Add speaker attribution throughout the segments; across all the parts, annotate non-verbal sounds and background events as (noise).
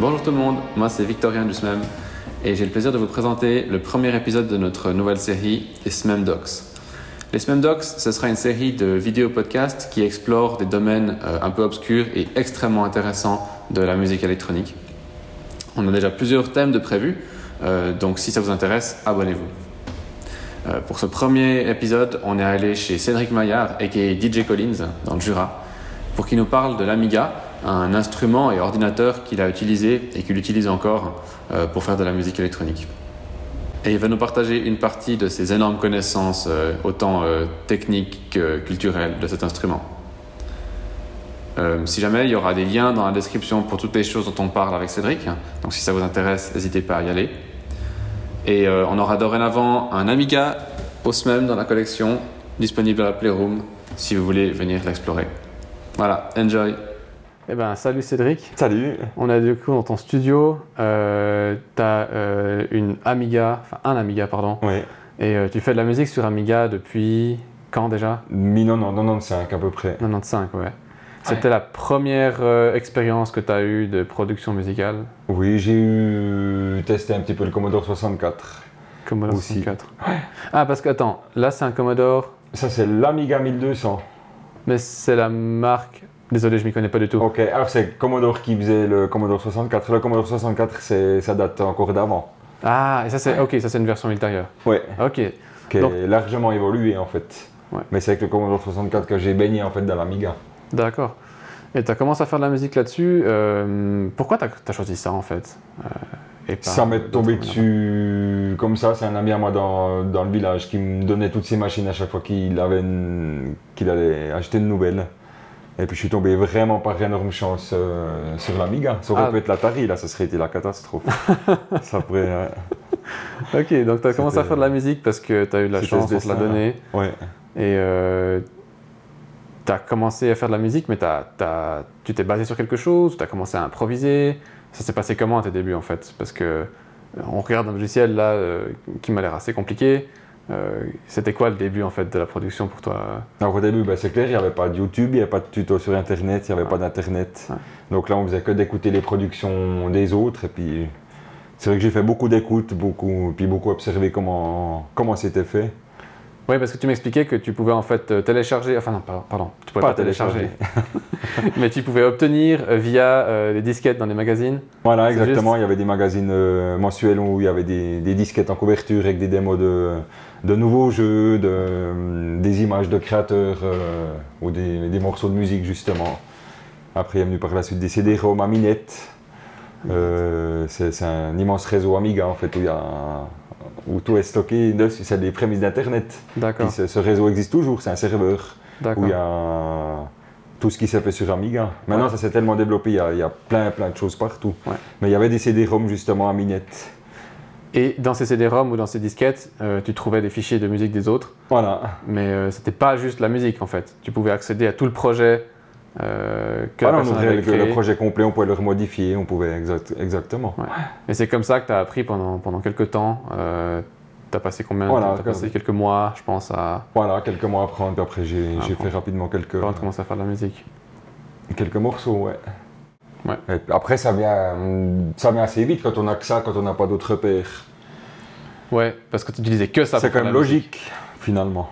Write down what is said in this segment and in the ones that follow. Speaker 1: Bonjour tout le monde, moi c'est Victorien Dussmem E et j'ai le plaisir de vous présenter le premier épisode de notre nouvelle série Les SMEM Docs. Les SMEM Docs, ce sera une série de vidéos podcasts qui explore des domaines euh, un peu obscurs et extrêmement intéressants de la musique électronique. On a déjà plusieurs thèmes de prévus, euh, donc si ça vous intéresse, abonnez-vous. Euh, pour ce premier épisode, on est allé chez Cédric Maillard, aka DJ Collins, dans le Jura, pour qu'il nous parle de l'Amiga, un instrument et ordinateur qu'il a utilisé et qu'il utilise encore euh, pour faire de la musique électronique. Et il va nous partager une partie de ses énormes connaissances, euh, autant euh, techniques que culturelles, de cet instrument. Euh, si jamais, il y aura des liens dans la description pour toutes les choses dont on parle avec Cédric. hein, Donc si ça vous intéresse, n'hésitez pas à y aller. Et euh, on aura dorénavant un Amiga Osmem dans la collection, disponible à la Playroom si vous voulez venir l'explorer. Voilà, enjoy.
Speaker 2: Eh ben, salut Cédric.
Speaker 3: Salut
Speaker 2: On est du coup dans ton studio. Euh, T'as euh, une Amiga, enfin un Amiga, pardon.
Speaker 3: Ouais.
Speaker 2: Et euh, tu fais de la musique sur Amiga depuis quand déjà
Speaker 3: Mi- non, non, non, non, c'est un qu'à peu près.
Speaker 2: 95, ouais. C'était la première euh, expérience que tu as eue de production musicale,
Speaker 3: Oui, j'ai eu testé un petit peu le Commodore 64.
Speaker 2: Commodore
Speaker 3: Aussi.
Speaker 2: 64. Ah, parce que attends, là c'est un Commodore,
Speaker 3: Ça, c'est l'Amiga 1200.
Speaker 2: mais c'est la marque. Désolé, je m'y connais pas du tout.
Speaker 3: Ok, alors c'est Commodore qui faisait le Commodore 64. Le Commodore 64, c'est, ça date encore d'avant.
Speaker 2: Ah, et ça c'est ok, ça c'est une version ultérieure.
Speaker 3: Ouais,
Speaker 2: Ok,
Speaker 3: qui est
Speaker 2: Donc-
Speaker 3: largement évolué en fait.
Speaker 2: Ouais.
Speaker 3: Mais c'est avec le Commodore 64 que j'ai baigné en fait dans l'Amiga.
Speaker 2: D'accord. Et tu as commencé à faire de la musique là-dessus. euh, pourquoi tu as, choisi ça en fait Euh, et pas-
Speaker 3: ça m'est tombé dessus comme ça. C'est un ami à moi dans, dans le village qui me donnait toutes ses machines à chaque fois qu'il avait une- qu'il allait acheter une nouvelle. Et puis je suis tombé vraiment par énorme chance euh, sur l'Amiga. Ça aurait
Speaker 2: Ah.
Speaker 3: pu être l'Atari, là, ça serait été la (laughs) catastrophe. ça pourrait. euh,
Speaker 2: Ok, donc tu as commencé à
Speaker 3: C'était-
Speaker 2: faire de la musique parce que tu as eu de la
Speaker 3: C'était
Speaker 2: chance,
Speaker 3: ce
Speaker 2: on te l'a
Speaker 3: destin-là.
Speaker 2: donné.
Speaker 3: ouais.
Speaker 2: Et tu as commencé à faire de la musique, mais t'as- t'as- tu t'es basé sur quelque chose, tu as commencé à improviser. Ça s'est passé comment à tes débuts en fait Parce que euh, on regarde un logiciel là euh, qui m'a l'air assez compliqué. Euh, C'était quoi le début en fait de la production pour toi
Speaker 3: Alors au début, ben, c'est clair, il n'y avait pas de YouTube, il n'y avait pas de tuto sur Internet, il n'y avait
Speaker 2: Ouais.
Speaker 3: pas d'Internet.
Speaker 2: Ouais.
Speaker 3: Donc là, on faisait que d'écouter les productions des autres. Et puis, c'est vrai que j'ai fait beaucoup d'écoutes, beaucoup, puis beaucoup observé comment comment c'était fait.
Speaker 2: Oui, parce que tu m'expliquais que tu pouvais en fait euh, télécharger, enfin non, par- pardon, tu pouvais pas,
Speaker 3: Pas
Speaker 2: télécharger, (laughs) mais tu pouvais obtenir euh, via euh, des disquettes dans des magazines.
Speaker 3: Voilà,
Speaker 2: C'est
Speaker 3: exactement.
Speaker 2: juste-
Speaker 3: Il y avait des magazines euh, mensuels où il y avait des, des disquettes en couverture avec des démos de, de nouveaux jeux, de, des images de créateurs euh, ou des, des morceaux de musique, justement. Après, il est venu par la suite des CD-ROM, Aminette. Euh, c'est c'est un immense réseau Amiga, en fait, où, il y a, où tout est stocké. dessus. C'est des prémices d'Internet. Puis
Speaker 2: D'accord,
Speaker 3: ce ce réseau existe toujours, c'est un serveur où
Speaker 2: d'accord.
Speaker 3: il y a tout ce qui s'est fait sur Amiga. Maintenant,
Speaker 2: Ouais.
Speaker 3: ça s'est tellement développé, il y a, il y a plein, plein de choses partout.
Speaker 2: Ouais.
Speaker 3: Mais il y avait des CD-ROM justement à Minette.
Speaker 2: Et dans ces CD-ROM ou dans ces disquettes, euh, tu trouvais des fichiers de musique des autres,
Speaker 3: Voilà.
Speaker 2: mais euh, c'était pas juste la musique en fait. Tu pouvais accéder à tout le projet euh, que la
Speaker 3: Voilà, on
Speaker 2: personne
Speaker 3: ouvrait
Speaker 2: avait
Speaker 3: le,
Speaker 2: créé.
Speaker 3: le projet complet, on pouvait le remodifier, on pouvait exact- exactement.
Speaker 2: Et c'est comme ça que tu as appris pendant, pendant quelques temps. Euh, T'as passé combien de
Speaker 3: Voilà,
Speaker 2: temps T'as
Speaker 3: comme-
Speaker 2: passé quelques mois, je pense, à
Speaker 3: Voilà, quelques mois à prendre, puis après j'ai
Speaker 2: À
Speaker 3: j'ai fait
Speaker 2: prendre.
Speaker 3: rapidement quelques,
Speaker 2: avant de commencer à faire de la musique.
Speaker 3: quelques morceaux, ouais.
Speaker 2: Ouais.
Speaker 3: Et puis après, ça vient, hum, ça vient assez vite quand on a que ça, quand on n'a pas d'autres repères.
Speaker 2: Ouais, parce que tu utilisais que ça.
Speaker 3: C'est
Speaker 2: pour faire
Speaker 3: quand
Speaker 2: de
Speaker 3: même
Speaker 2: la musique.
Speaker 3: logique, finalement.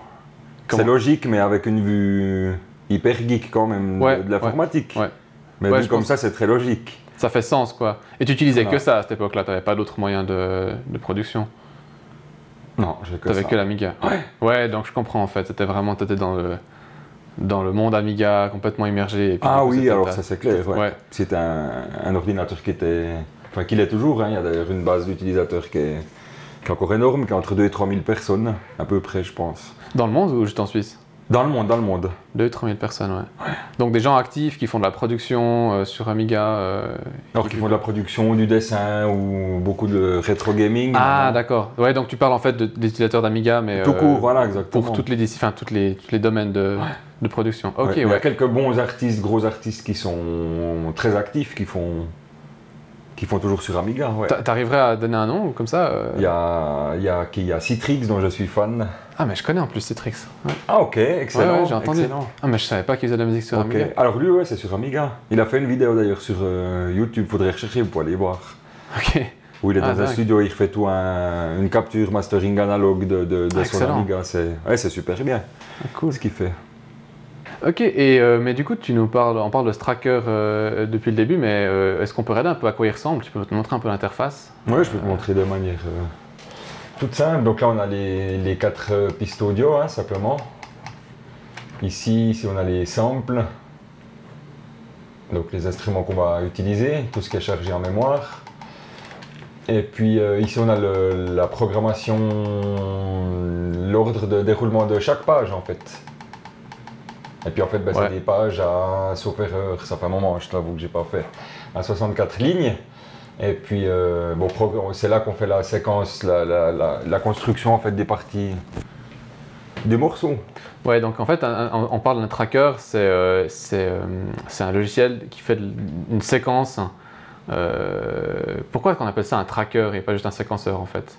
Speaker 2: Comment-
Speaker 3: C'est logique, mais avec une vue hyper geek quand même de-
Speaker 2: Ouais,
Speaker 3: de,
Speaker 2: ouais,
Speaker 3: l'informatique.
Speaker 2: ouais.
Speaker 3: Mais
Speaker 2: Ouais,
Speaker 3: vu
Speaker 2: je
Speaker 3: comme
Speaker 2: pense-
Speaker 3: ça, c'est très logique.
Speaker 2: Ça fait sens, quoi. Et tu utilisais
Speaker 3: Voilà.
Speaker 2: que ça à cette époque-là, t'avais pas d'autres moyens de, de production.
Speaker 3: Non, j'ai que
Speaker 2: T'avais
Speaker 3: ça.
Speaker 2: que l'Amiga. Ouais. donc je comprends en fait. C'était vraiment, t'étais dans le, dans le monde Amiga, complètement immergé. et puis, du
Speaker 3: Ah
Speaker 2: coup,
Speaker 3: oui,
Speaker 2: c'était
Speaker 3: alors
Speaker 2: ta-
Speaker 3: ça c'est clair. ouais.
Speaker 2: Ouais.
Speaker 3: C'était un, un ordinateur qui était. Enfin, qu'il est toujours, hein. il y a d'ailleurs une base d'utilisateurs qui est, qui est encore énorme, qui est entre 2 et 3 000 personnes, à peu près, je pense.
Speaker 2: Dans le monde ou juste en Suisse
Speaker 3: Dans le monde, dans le monde.
Speaker 2: 2 3 000 personnes, ouais. Donc des gens actifs qui font de la production euh, sur Amiga. euh,
Speaker 3: Alors qu'ils font de la production, du dessin ou beaucoup de rétro gaming.
Speaker 2: Ah,
Speaker 3: maintenant.
Speaker 2: d'accord. Ouais, donc tu parles en fait de- des utilisateurs d'Amiga, mais.
Speaker 3: Tout
Speaker 2: euh,
Speaker 3: court, voilà, exactement.
Speaker 2: Pour toutes les, dis- enfin, toutes les, tous les domaines de, de production.
Speaker 3: Ouais,
Speaker 2: Ok,
Speaker 3: Il y a
Speaker 2: ouais.
Speaker 3: quelques bons artistes, gros artistes qui sont très actifs, qui font Qui font toujours sur Amiga, ouais.
Speaker 2: T'a- T'arriverais à donner un nom comme ça euh
Speaker 3: Il y a, il y, a, qui- il y a Citrix dont je suis fan.
Speaker 2: Ah, mais je connais en plus Citrix. Ouais.
Speaker 3: Ah ok, excellent.
Speaker 2: Ouais, ouais, j'ai entendu.
Speaker 3: excellent.
Speaker 2: Ah, mais je savais pas qu'il faisait de la musique sur
Speaker 3: Ok.
Speaker 2: Amiga.
Speaker 3: Alors lui, ouais, c'est sur Amiga. Il a fait une vidéo d'ailleurs sur euh, YouTube, faudrait rechercher pour aller voir.
Speaker 2: (laughs) Ok.
Speaker 3: Où il est
Speaker 2: Ah,
Speaker 3: dans un
Speaker 2: dingue.
Speaker 3: studio, il fait tout un- une capture mastering analogue de, de, de
Speaker 2: Ah,
Speaker 3: son
Speaker 2: excellent.
Speaker 3: Amiga. C'est ouais, c'est super bien
Speaker 2: Ah, cool.
Speaker 3: ce qu'il fait.
Speaker 2: Ok, et, euh, mais du coup, tu nous parles, on parle de ce tracker euh, depuis le début, mais euh, est-ce qu'on peut regarder un peu à quoi il ressemble Tu peux te montrer un peu l'interface
Speaker 3: Ouais, je peux te montrer de manière euh, toute simple. Donc là, on a les, les quatre euh, pistes audio, hein, simplement. Ici, ici, on a les samples, donc les instruments qu'on va utiliser, tout ce qui est chargé en mémoire. Et puis euh, ici, on a le- la programmation, l'ordre de déroulement de chaque page, en fait. Et puis en fait, ben,
Speaker 2: Ouais.
Speaker 3: c'est des pages à, sauf erreur, ça fait un moment, je t'avoue que j'ai pas fait, à 64 lignes. Et puis, euh, bon, progr- c'est là qu'on fait la séquence, la, la- la- la construction en fait des parties, des morceaux.
Speaker 2: Ouais, donc en fait, un- un- on parle d'un tracker, c'est euh, c'est, euh, c'est un logiciel qui fait de- une séquence. hein. Euh, pourquoi est-ce qu'on appelle ça un tracker et pas juste un séquenceur en fait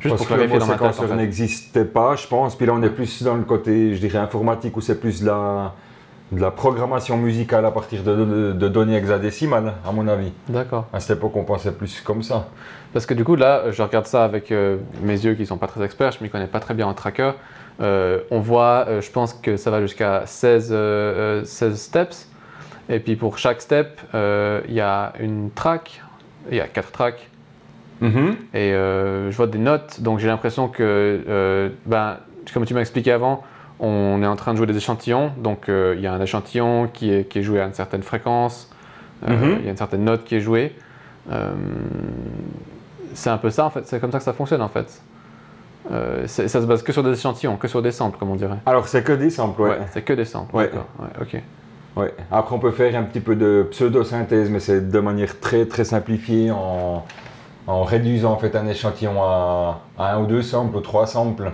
Speaker 2: Juste
Speaker 3: Parce
Speaker 2: pour clarifier
Speaker 3: que
Speaker 2: dans
Speaker 3: le
Speaker 2: ma tête.
Speaker 3: séquenceur
Speaker 2: en fait.
Speaker 3: n'existait pas, je pense. Puis là, on est plus dans le côté, je dirais, informatique, où c'est plus de la, de la programmation musicale à partir de, de- de données hexadécimales, à mon avis.
Speaker 2: D'accord.
Speaker 3: À cette époque, on pensait plus comme ça.
Speaker 2: Parce que du coup, là, je regarde ça avec euh, mes yeux qui sont pas très experts, je m'y connais pas très bien en tracker. Euh, on voit, euh, je pense que ça va jusqu'à 16, euh, euh, 16 steps. Et puis pour chaque step, euh, il y a une track, il y a quatre tracks. Et euh, je vois des notes, donc j'ai l'impression que, euh, ben, comme tu m'as expliqué avant, on est en train de jouer des échantillons. Donc euh, il y a un échantillon qui est, qui est joué à une certaine fréquence, euh,
Speaker 3: Mhm.
Speaker 2: il y a une certaine note qui est jouée. Euh, c'est un peu ça en fait, c'est comme ça que ça fonctionne en fait. Euh, c'est- ça se base que sur des échantillons, que sur des samples comme on dirait.
Speaker 3: Alors, c'est que des samples, ouais.
Speaker 2: Ouais, c'est que des samples.
Speaker 3: Ouais.
Speaker 2: D'accord. Ouais, ok.
Speaker 3: Ouais. Après, on peut faire un petit peu de pseudo-synthèse, mais c'est de manière très très simplifiée en, en réduisant en fait un échantillon à, à un ou deux samples ou trois samples,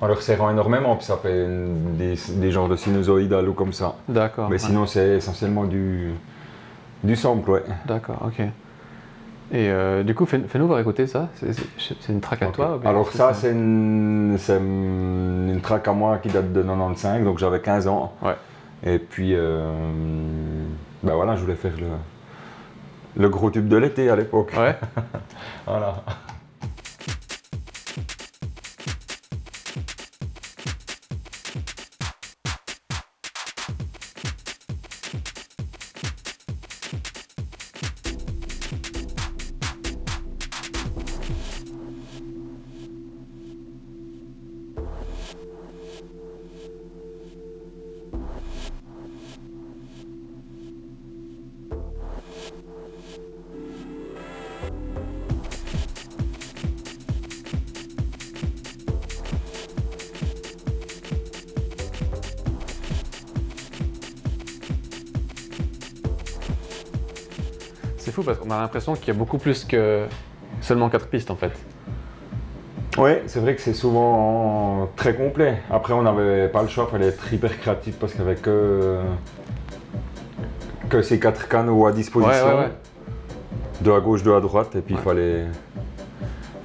Speaker 3: en le resserrant énormément, puis ça fait une- des, des genres de sinusoïdales ou comme ça.
Speaker 2: D'accord.
Speaker 3: mais
Speaker 2: ouais.
Speaker 3: sinon, c'est essentiellement du, du sample, ouais.
Speaker 2: D'accord. Ok. Et euh, du coup, fais- fais-nous voir écouter ça. C'est- C'est c'est une track à
Speaker 3: Ok.
Speaker 2: toi. ou bien
Speaker 3: Alors
Speaker 2: c'est
Speaker 3: ça, c'est une, c'est une track à moi qui date de 95, donc j'avais 15 ans.
Speaker 2: Ouais.
Speaker 3: Et puis, euh, ben voilà, je voulais faire le, le gros tube de l'été à l'époque.
Speaker 2: Ouais.
Speaker 3: (laughs) Voilà.
Speaker 2: C'est fou parce qu'on a l'impression qu'il y a beaucoup plus que seulement 4 pistes en fait.
Speaker 3: Ouais, c'est vrai que c'est souvent très complet. Après, on n'avait pas le choix, fallait être hyper créatif parce qu'il n'y avait que, que ces quatre canaux à disposition.
Speaker 2: Ouais, ouais, ouais.
Speaker 3: Deux à gauche, deux à droite, et puis il
Speaker 2: Ouais.
Speaker 3: fallait,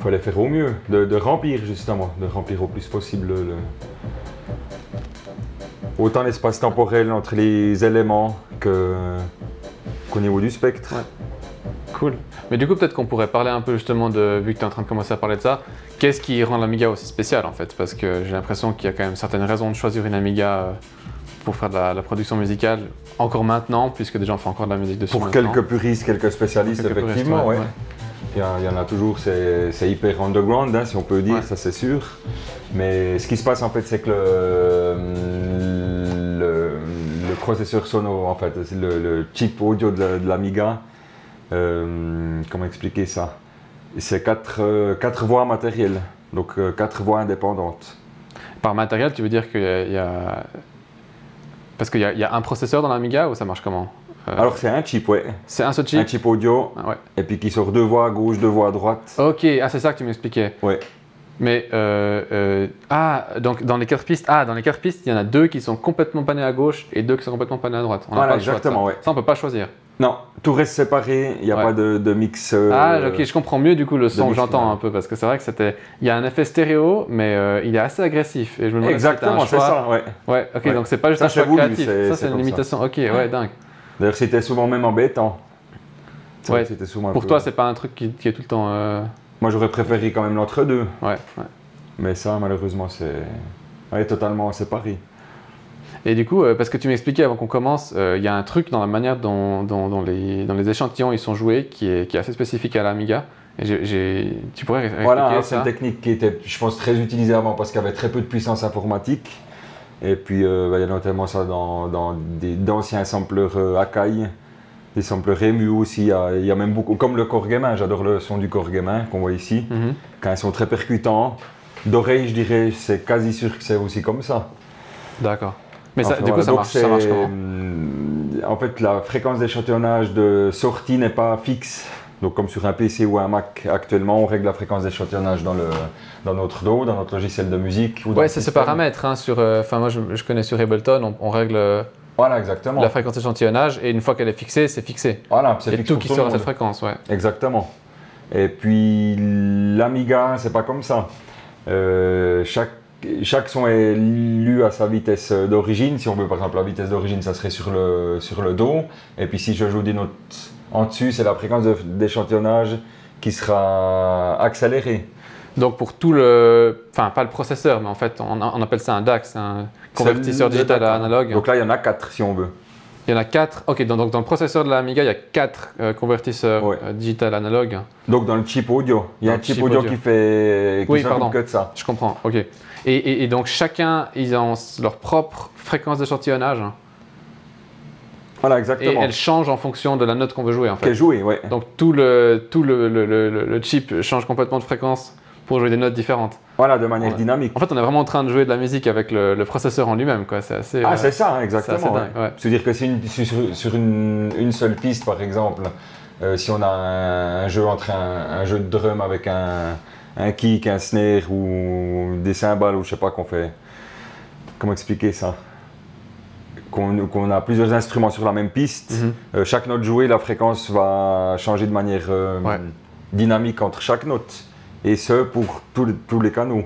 Speaker 3: fallait faire au mieux, de, de remplir justement, de remplir au plus possible le... autant l'espace temporel entre les éléments que, qu'au niveau du spectre.
Speaker 2: Ouais. Cool. Mais du coup, peut-être qu'on pourrait parler un peu justement de, vu que tu es en train de commencer à parler de ça, qu'est-ce qui rend l'Amiga aussi spécial en fait Parce que j'ai l'impression qu'il y a quand même certaines raisons de choisir une Amiga euh, pour faire de la, la production musicale encore maintenant, puisque des gens font encore de la musique dessus.
Speaker 3: Pour
Speaker 2: maintenant.
Speaker 3: quelques puristes, quelques spécialistes,
Speaker 2: Quelques puristes,
Speaker 3: effectivement,
Speaker 2: ouais,
Speaker 3: ouais.
Speaker 2: ouais.
Speaker 3: Il y, en- il y en a toujours, c'est c'est hyper underground, hein, si on peut dire,
Speaker 2: Ouais.
Speaker 3: ça c'est sûr. Mais ce qui se passe en fait, c'est que le, le, le processeur sonore, en fait, c'est le, le chip audio de la- de l'Amiga, euh, comment expliquer ça C'est quatre, euh, quatre voix matérielles, donc euh, quatre voix indépendantes.
Speaker 2: Par matériel, tu veux dire qu'il y a. il y a- Parce qu'il y, a- il y a un processeur dans l'Amiga ou ça marche comment Euh,
Speaker 3: Alors c'est un chip, ouais.
Speaker 2: C'est un seul
Speaker 3: Un
Speaker 2: chip
Speaker 3: chip audio,
Speaker 2: Ah ouais.
Speaker 3: et puis qui sort deux voix à gauche, deux voix à droite.
Speaker 2: Ok, ah, c'est ça que tu m'expliquais.
Speaker 3: Ouais.
Speaker 2: Mais euh, euh, ah, donc dans les quatre pistes, ah, dans les quatre pistes, il y en a deux qui sont complètement panées à gauche et deux qui sont complètement panées à droite. On n'a
Speaker 3: Voilà,
Speaker 2: pas le choix de
Speaker 3: exactement,
Speaker 2: ça.
Speaker 3: ouais.
Speaker 2: Ça, on peut pas choisir.
Speaker 3: Non, tout reste séparé, il n'y a
Speaker 2: Ouais.
Speaker 3: pas de, de mix. euh,
Speaker 2: ah, ok, je comprends mieux du coup le son que
Speaker 3: demi-finale.
Speaker 2: j'entends un peu parce que c'est vrai que c'était, il y a un effet stéréo, mais euh, il est assez agressif et je me demande
Speaker 3: Exactement,
Speaker 2: si
Speaker 3: c'est
Speaker 2: c'était un choix.
Speaker 3: ça, ouais.
Speaker 2: Ouais, ok,
Speaker 3: Ouais.
Speaker 2: donc c'est pas juste
Speaker 3: Ça,
Speaker 2: un
Speaker 3: c'est
Speaker 2: choix
Speaker 3: voulu,
Speaker 2: créatif.
Speaker 3: c'est-
Speaker 2: Ça,
Speaker 3: c'est
Speaker 2: c'est une
Speaker 3: comme ça.
Speaker 2: limitation. Ok, ouais, dingue.
Speaker 3: D'ailleurs, c'était souvent même embêtant. C'est vrai
Speaker 2: Ouais.
Speaker 3: que C'était souvent un
Speaker 2: Pour
Speaker 3: peu-
Speaker 2: toi, c'est pas un truc qui, qui est tout le temps. euh,
Speaker 3: Moi, j'aurais préféré quand même l'entre-deux,
Speaker 2: Ouais, ouais.
Speaker 3: mais ça, malheureusement, c'est ouais, totalement séparé.
Speaker 2: Et du coup, euh, parce que tu m'expliquais avant qu'on commence, euh, il y a un truc dans la manière dont, dont- dont les, dont les échantillons ils sont joués qui est, qui est assez spécifique à l'Amiga. Et j'ai- j'ai- tu pourrais expliquer
Speaker 3: Voilà, hein, c'est
Speaker 2: ça
Speaker 3: une technique qui était, je pense, très utilisée avant parce qu'il y avait très peu de puissance informatique. Et puis, euh, bah, il y a notamment ça dans, dans des- d'anciens sampleurs euh, Akai, des sampleurs EMU aussi. Il y, a, il y a même beaucoup, comme le corps gamin, j'adore le son du corps gamin qu'on voit ici.
Speaker 2: Mhm.
Speaker 3: Quand ils sont très percutants, d'oreille, je dirais, c'est quasi sûr que c'est aussi comme ça.
Speaker 2: D'accord. Mais ça,
Speaker 3: Enfin,
Speaker 2: du coup,
Speaker 3: voilà,
Speaker 2: ça
Speaker 3: donc
Speaker 2: marche, ça marche
Speaker 3: c'est- euh,
Speaker 2: comment
Speaker 3: En fait, la fréquence d'échantillonnage de sortie n'est pas fixe. Donc, comme sur un PC ou un Mac actuellement, on règle la fréquence d'échantillonnage dans, le, dans notre DAW, dans notre logiciel de musique. Ou dans
Speaker 2: Ouais,
Speaker 3: le
Speaker 2: c'est ce
Speaker 3: système.
Speaker 2: paramètre. hein, sur, euh, enfin, moi, je, je connais sur Ableton, on, on règle euh,
Speaker 3: Voilà, exactement.
Speaker 2: la fréquence d'échantillonnage et une fois qu'elle est fixée, c'est fixé.
Speaker 3: Voilà,
Speaker 2: Il
Speaker 3: c'est
Speaker 2: y a
Speaker 3: fixe
Speaker 2: tout
Speaker 3: pour
Speaker 2: qui
Speaker 3: tout le
Speaker 2: sort à
Speaker 3: monde.
Speaker 2: cette fréquence, ouais.
Speaker 3: Exactement. Et puis l'Amiga, c'est pas comme ça. Euh, chaque, chaque son est lu à sa vitesse d'origine. Si on veut par exemple la vitesse d'origine, ça serait sur le, sur le Do. Et puis si je joue des notes en dessus, c'est la fréquence de- d'échantillonnage qui sera accélérée.
Speaker 2: Donc pour tout le, enfin pas le processeur, mais en fait on, on appelle ça un DAX, un convertisseur
Speaker 3: le
Speaker 2: digital
Speaker 3: DAC,
Speaker 2: à
Speaker 3: hein.
Speaker 2: analogue.
Speaker 3: Donc là, il y en a quatre si on veut.
Speaker 2: il y en a quatre. Ok, donc, donc dans le processeur de la Amiga, il y a quatre euh, convertisseurs
Speaker 3: Ouais.
Speaker 2: euh, digital analogue.
Speaker 3: Donc dans le chip audio, il y a
Speaker 2: Dans
Speaker 3: un
Speaker 2: le
Speaker 3: chip,
Speaker 2: chip
Speaker 3: audio,
Speaker 2: audio.
Speaker 3: qui fait qui
Speaker 2: Oui,
Speaker 3: s'occupe
Speaker 2: pardon.
Speaker 3: que de ça.
Speaker 2: Je comprends. Ok. Et, et- et donc chacun, ils ont leur propre fréquence d'échantillonnage hein,
Speaker 3: Voilà,
Speaker 2: et
Speaker 3: exactement.
Speaker 2: elle change en fonction de la note qu'on veut jouer en fait.
Speaker 3: Qu'est joué, ouais.
Speaker 2: Donc tout le tout le, le- le- le- le chip change complètement de fréquence pour jouer des notes différentes.
Speaker 3: Voilà, de manière
Speaker 2: Ouais.
Speaker 3: dynamique.
Speaker 2: En fait, on est vraiment en train de jouer de la musique avec le, le processeur en lui-même, quoi. C'est assez. euh,
Speaker 3: Ah, c'est ça, hein,
Speaker 2: c'est assez
Speaker 3: exactement. ouais.
Speaker 2: dingue, ouais.
Speaker 3: C'est-à-dire que si une- si sur, sur une, une seule piste, par exemple, euh, si on a un, un jeu entre un, un jeu de drum avec un, un kick, un snare ou des cymbales ou je sais pas qu'on fait. Comment expliquer ça Qu'on qu'on a plusieurs instruments sur la même piste,
Speaker 2: Mhm.
Speaker 3: euh, chaque note jouée, la fréquence va changer de manière euh,
Speaker 2: Ouais.
Speaker 3: dynamique entre chaque note. Et ce, pour tous les- tous les canaux.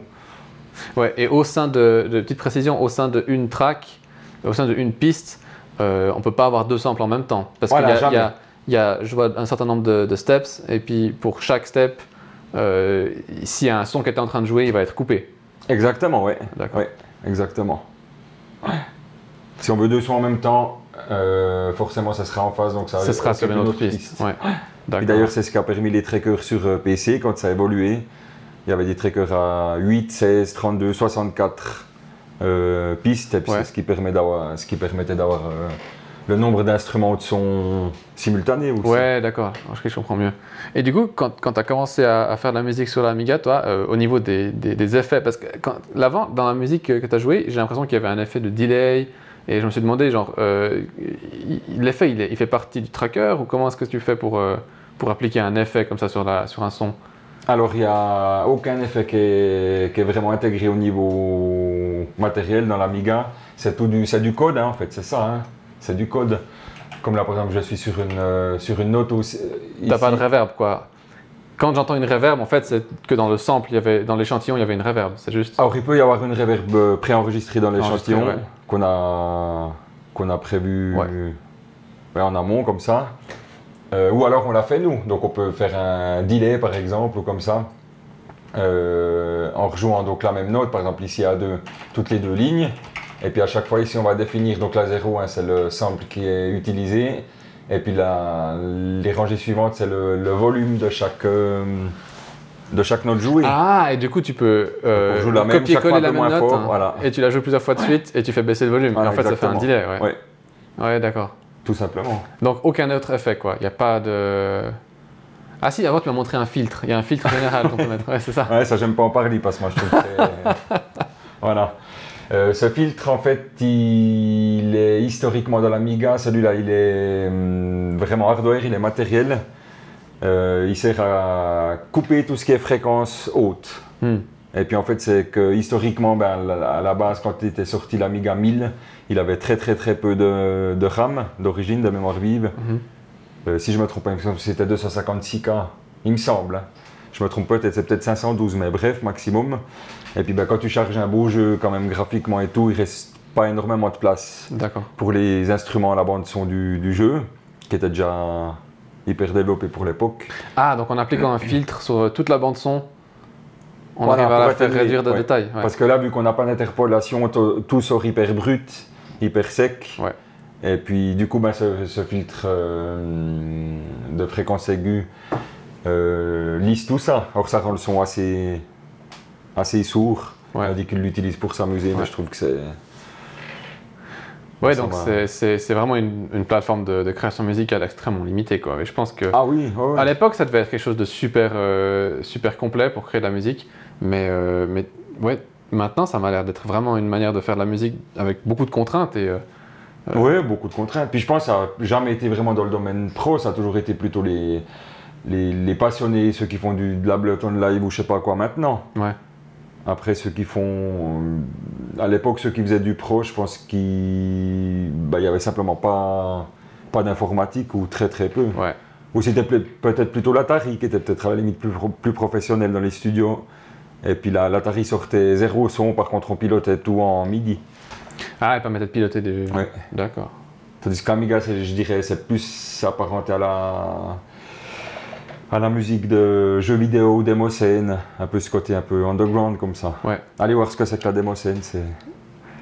Speaker 2: Ouais, et au sein de, de- petite précision, au sein de une track, au sein de une piste, euh, on peut pas avoir deux samples en même temps parce
Speaker 3: Voilà,
Speaker 2: qu'il y a, il y a-
Speaker 3: jamais.
Speaker 2: il y a- je vois un certain nombre de, de steps et puis pour chaque step, euh, s'il y a un son qui était en train de jouer, il va être coupé.
Speaker 3: Exactement, ouais.
Speaker 2: D'accord.
Speaker 3: Ouais, exactement. Si on veut deux sons en même temps, euh, forcément ça sera en phase, donc ça
Speaker 2: Ce sera
Speaker 3: occupe
Speaker 2: sur une autre piste. Ouais.
Speaker 3: Et
Speaker 2: D'accord.
Speaker 3: d'ailleurs, c'est ce qui a permis les trackers sur euh, PC quand ça a évolué. Il y avait des trackers à 8, 16, 32, 64 euh, pistes, et puis
Speaker 2: Ouais.
Speaker 3: c'est ce qui, permet d'avoir, ce qui permettait d'avoir euh, le nombre d'instruments de son simultanés aussi.
Speaker 2: Ouais, d'accord, je, je comprends mieux. Et du coup, quand, quand tu as commencé à, à faire de la musique sur l'Amiga, toi, euh, au niveau des, des- des effets, parce que quand, l'avant, dans la musique que tu as jouée, j'ai l'impression qu'il y avait un effet de delay, et je me suis demandé, genre, euh, il- l'effet, il, est- il fait partie du tracker, ou comment est-ce que tu fais pour, euh, pour appliquer un effet comme ça sur, la, sur un son
Speaker 3: Alors, il n'y a aucun effet qui est, qui est vraiment intégré au niveau matériel dans l'Amiga. C'est tout du, c'est du code, hein, en fait, c'est ça. hein. C'est du code. Comme là, par exemple, je suis sur une, euh, sur une note aussi. euh,
Speaker 2: T'as
Speaker 3: ici.
Speaker 2: pas de reverb, quoi. Quand j'entends une reverb, en fait, c'est que dans le sample, il y avait, dans l'échantillon, il y avait une reverb, c'est juste.
Speaker 3: Alors, il peut y avoir une reverb euh, préenregistrée dans
Speaker 2: Enregistrée,
Speaker 3: l'échantillon
Speaker 2: ouais.
Speaker 3: qu'on a, qu'on a prévu
Speaker 2: Ouais.
Speaker 3: ouais, en amont, comme ça. Euh, ou alors, on l'a fait nous. Donc, on peut faire un delay, par exemple, ou comme ça. Euh, en rejouant donc la même note, par exemple ici à deux, toutes les deux lignes. Et puis à chaque fois ici on va définir, donc la 0, hein, c'est le sample qui est utilisé. Et puis la- les rangées suivantes, c'est le, le volume de chaque, euh, de chaque note jouée.
Speaker 2: Ah, et du coup, tu peux euh,
Speaker 3: On joue la même, chaque fois
Speaker 2: copier-coller
Speaker 3: un
Speaker 2: la
Speaker 3: peu
Speaker 2: même
Speaker 3: moins
Speaker 2: note
Speaker 3: fort,
Speaker 2: hein,
Speaker 3: voilà.
Speaker 2: et tu la joues plusieurs fois de suite et tu fais baisser le volume.
Speaker 3: Voilà,
Speaker 2: et en fait, ça fait un
Speaker 3: exactement.
Speaker 2: delay. Ouais,
Speaker 3: Ouais.
Speaker 2: Ouais, d'accord.
Speaker 3: Tout simplement.
Speaker 2: Donc, aucun autre effet, quoi. Il n'y a pas de. Ah, si, avant, tu m'as montré un filtre. Il y a un filtre général qu'on peut mettre. Ouais,
Speaker 3: (laughs)
Speaker 2: c'est ça.
Speaker 3: Ouais, ça j'aime pas en parler parce que moi je trouve que
Speaker 2: (laughs)
Speaker 3: c'est- voilà. Euh, ce filtre, en fait, il est historiquement dans l'Amiga. Celui-là, il est hum, vraiment hardware, il est matériel. Euh, il sert à couper tout ce qui est fréquence haute.
Speaker 2: Hmm.
Speaker 3: Et puis en fait, c'est que historiquement, ben, à la- à la base, quand était sorti l'Amiga 1000, il avait très très très peu de, de RAM d'origine, de mémoire vive.
Speaker 2: Mhm.
Speaker 3: Euh, si je me trompe pas, il me semble que c'était 256K, il me semble. hein. Je me trompe pas, peut-être- c'est peut-être 512, mais bref, maximum. Et puis ben, quand tu charges un beau jeu, quand même graphiquement et tout, il reste pas énormément de place
Speaker 2: D'accord.
Speaker 3: pour les instruments à la bande son du, du jeu, qui était déjà hyper développé pour l'époque.
Speaker 2: Ah, donc en appliquant un filtre sur euh, toute la bande son, on
Speaker 3: Voilà,
Speaker 2: arrive à
Speaker 3: pour
Speaker 2: la faire
Speaker 3: atténuer,
Speaker 2: réduire de
Speaker 3: ouais.
Speaker 2: détails. ouais.
Speaker 3: Parce que là, vu qu'on n'a pas d'interpolation, to- tout sort hyper brut, hyper sec.
Speaker 2: Ouais.
Speaker 3: Et puis, du coup, ben, ce, ce filtre euh, de fréquence aiguë euh, lisse tout ça. Or, ça rend le son assez, assez sourd.
Speaker 2: Ouais.
Speaker 3: On dit qu'il l'utilise pour s'amuser,
Speaker 2: Ouais.
Speaker 3: mais je trouve que c'est.
Speaker 2: Ouais,
Speaker 3: Ça
Speaker 2: donc
Speaker 3: va.
Speaker 2: c'est- c'est c'est vraiment une, une plateforme de, de création musicale extrêmement limitée, quoi. Et je pense que
Speaker 3: Ah oui, ouais, ouais.
Speaker 2: à l'époque, ça devait être quelque chose de super, euh, super complet pour créer de la musique, mais, euh, mais ouais, maintenant, ça m'a l'air d'être vraiment une manière de faire de la musique avec beaucoup de contraintes et euh,
Speaker 3: Ouais, beaucoup de contraintes. Puis je pense que ça n'a jamais été vraiment dans le domaine pro, ça a toujours été plutôt les, les, les passionnés, ceux qui font du, de la Ableton Live ou je sais pas quoi maintenant.
Speaker 2: Ouais.
Speaker 3: Après, ceux qui font. euh, À l'époque, ceux qui faisaient du pro, je pense qu'il bah, il y avait simplement pas, pas d'informatique ou très très peu.
Speaker 2: ouais,
Speaker 3: Ou c'était pl- peut-être plutôt l'Atari qui était peut-être à la limite plus, pro- plus professionnel dans les studios. Et puis là, l'Atari sortait zéro son, par contre on pilotait tout en midi.
Speaker 2: ah, et permettait de piloter des.
Speaker 3: Ouais.
Speaker 2: D'accord.
Speaker 3: Tandis qu'Amiga, c'est- je dirais, c'est plus apparenté à la, à la musique de jeux vidéo, démo scène, un peu ce côté un peu underground comme ça.
Speaker 2: Ouais.
Speaker 3: Allez voir ce que c'est que la démo scène, c'est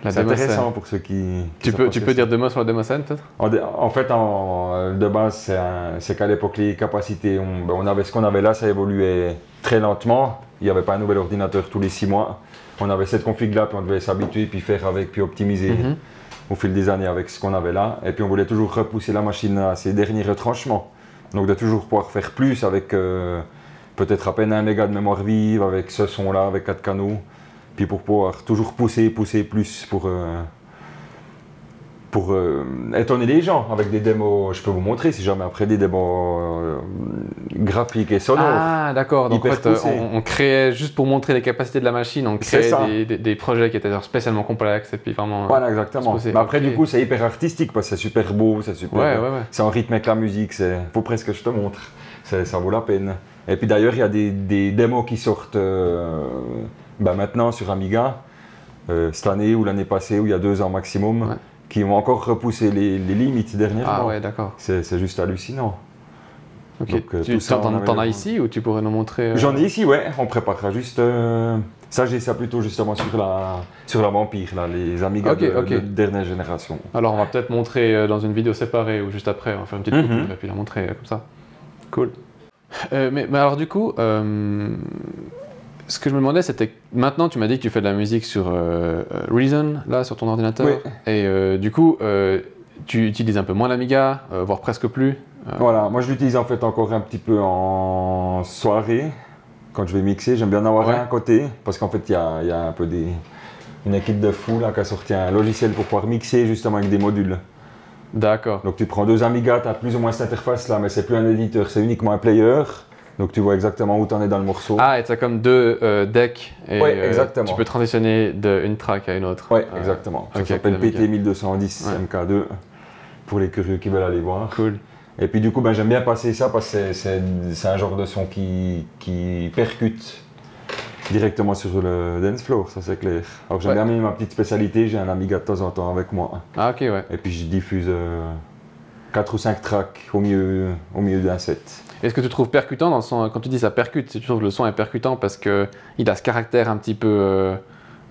Speaker 2: La
Speaker 3: c'est
Speaker 2: démo scène.
Speaker 3: intéressant pour ceux qui. qui
Speaker 2: Tu
Speaker 3: savent
Speaker 2: peux,
Speaker 3: pas
Speaker 2: tu
Speaker 3: ce
Speaker 2: peux
Speaker 3: que
Speaker 2: dire deux mots sur la démo scène, peut-être
Speaker 3: c'est. En, dé- en fait, en- de base, c'est un- c'est qu'à l'époque, les capacités, on, ben, on avait ce qu'on avait là, ça évoluait très lentement. Il n'y avait pas un nouvel ordinateur tous les six mois. On avait cette config-là, puis on devait s'habituer, puis faire avec, puis optimiser
Speaker 2: Mhm.
Speaker 3: au fil des années avec ce qu'on avait là. Et puis on voulait toujours repousser la machine à ses derniers retranchements. Donc de toujours pouvoir faire plus avec euh, peut-être à peine un méga de mémoire vive, avec ce son-là, avec quatre canaux. Puis pour pouvoir toujours pousser, pousser plus pour, euh, pour euh, étonner les gens avec des démos. Je peux vous montrer si jamais après des démos euh, graphiques et sonores.
Speaker 2: Ah, d'accord. Donc en
Speaker 3: Hyper
Speaker 2: fait, euh,
Speaker 3: poussé.
Speaker 2: on, on créait juste pour montrer les capacités de la machine, on
Speaker 3: C'est
Speaker 2: créait
Speaker 3: ça.
Speaker 2: des, des- des projets qui étaient genre spécialement complexes et puis vraiment. euh,
Speaker 3: Voilà, exactement.
Speaker 2: Parce que c'est-
Speaker 3: Mais après,
Speaker 2: ok.
Speaker 3: du coup, c'est hyper artistique parce que c'est super beau, c'est super.
Speaker 2: Ouais, ouais, ouais.
Speaker 3: C'est en rythme avec la musique, c'est faut presque que je te montre, C'est- ça vaut la peine. Et puis d'ailleurs, il y a des, des démos qui sortent euh, bah, maintenant sur Amiga, euh, cette année ou l'année passée, ou il y a deux ans maximum,
Speaker 2: Ouais.
Speaker 3: qui ont encore repoussé les, les limites dernièrement.
Speaker 2: Ah ouais, d'accord.
Speaker 3: C'est c'est juste hallucinant.
Speaker 2: Ok.
Speaker 3: Donc, euh,
Speaker 2: tu
Speaker 3: tout ça,
Speaker 2: t'en-
Speaker 3: on
Speaker 2: t'en
Speaker 3: avait
Speaker 2: t'en
Speaker 3: le-
Speaker 2: as ici ou tu pourrais nous montrer euh,
Speaker 3: J'en ai ici, ouais, on préparera juste. euh, ça, j'ai ça plutôt justement sur la, sur la Vampire, là, les Amiga
Speaker 2: Ok,
Speaker 3: de,
Speaker 2: ok.
Speaker 3: de dernière génération.
Speaker 2: Alors on va peut-être montrer euh, dans une vidéo séparée ou juste après, on va faire une petite
Speaker 3: Mhm.
Speaker 2: coupure et puis la montrer euh, comme ça. Cool. Euh, mais, mais alors du coup, euh, ce que je me demandais c'était, que maintenant tu m'as dit que tu fais de la musique sur euh, euh, Reason, là sur ton ordinateur,
Speaker 3: Oui.
Speaker 2: et euh, du coup euh, tu utilises un peu moins l'Amiga, euh, voire presque plus.
Speaker 3: Voilà, moi je l'utilise en fait encore un petit peu en soirée, quand je vais mixer. J'aime bien en avoir
Speaker 2: Ouais.
Speaker 3: un à côté, parce qu'en fait il y a, il y a un peu des, une équipe de fous là qui a sorti un logiciel pour pouvoir mixer justement avec des modules.
Speaker 2: D'accord.
Speaker 3: Donc tu prends deux Amiga, tu as plus ou moins cette interface là, mais c'est plus un éditeur, c'est uniquement un player. Donc tu vois exactement où tu en es dans le morceau.
Speaker 2: Ah, et t'as comme deux euh, decks et
Speaker 3: Ouais, exactement.
Speaker 2: tu peux transitionner d'une track à une autre.
Speaker 3: ouais,
Speaker 2: Euh,
Speaker 3: exactement. Ça
Speaker 2: ok,
Speaker 3: s'appelle
Speaker 2: avec l'Amiga.
Speaker 3: PT1210
Speaker 2: Ouais.
Speaker 3: MK2 pour les curieux qui veulent aller voir.
Speaker 2: Cool.
Speaker 3: Et puis du coup, ben, j'aime bien passer ça parce que c'est- c'est c'est un genre de son qui, qui percute directement sur le dance floor, ça c'est clair. Alors j'aime
Speaker 2: Ouais.
Speaker 3: bien même ma petite spécialité, j'ai un Amiga de temps en temps avec moi.
Speaker 2: Ah ok ouais.
Speaker 3: Et puis je diffuse 4 ou 5 tracks au milieu, au milieu d'un set.
Speaker 2: Est-ce que tu trouves percutant dans le son Quand tu dis ça percute, tu trouves que le son est percutant parce que il a ce caractère un petit peu. euh,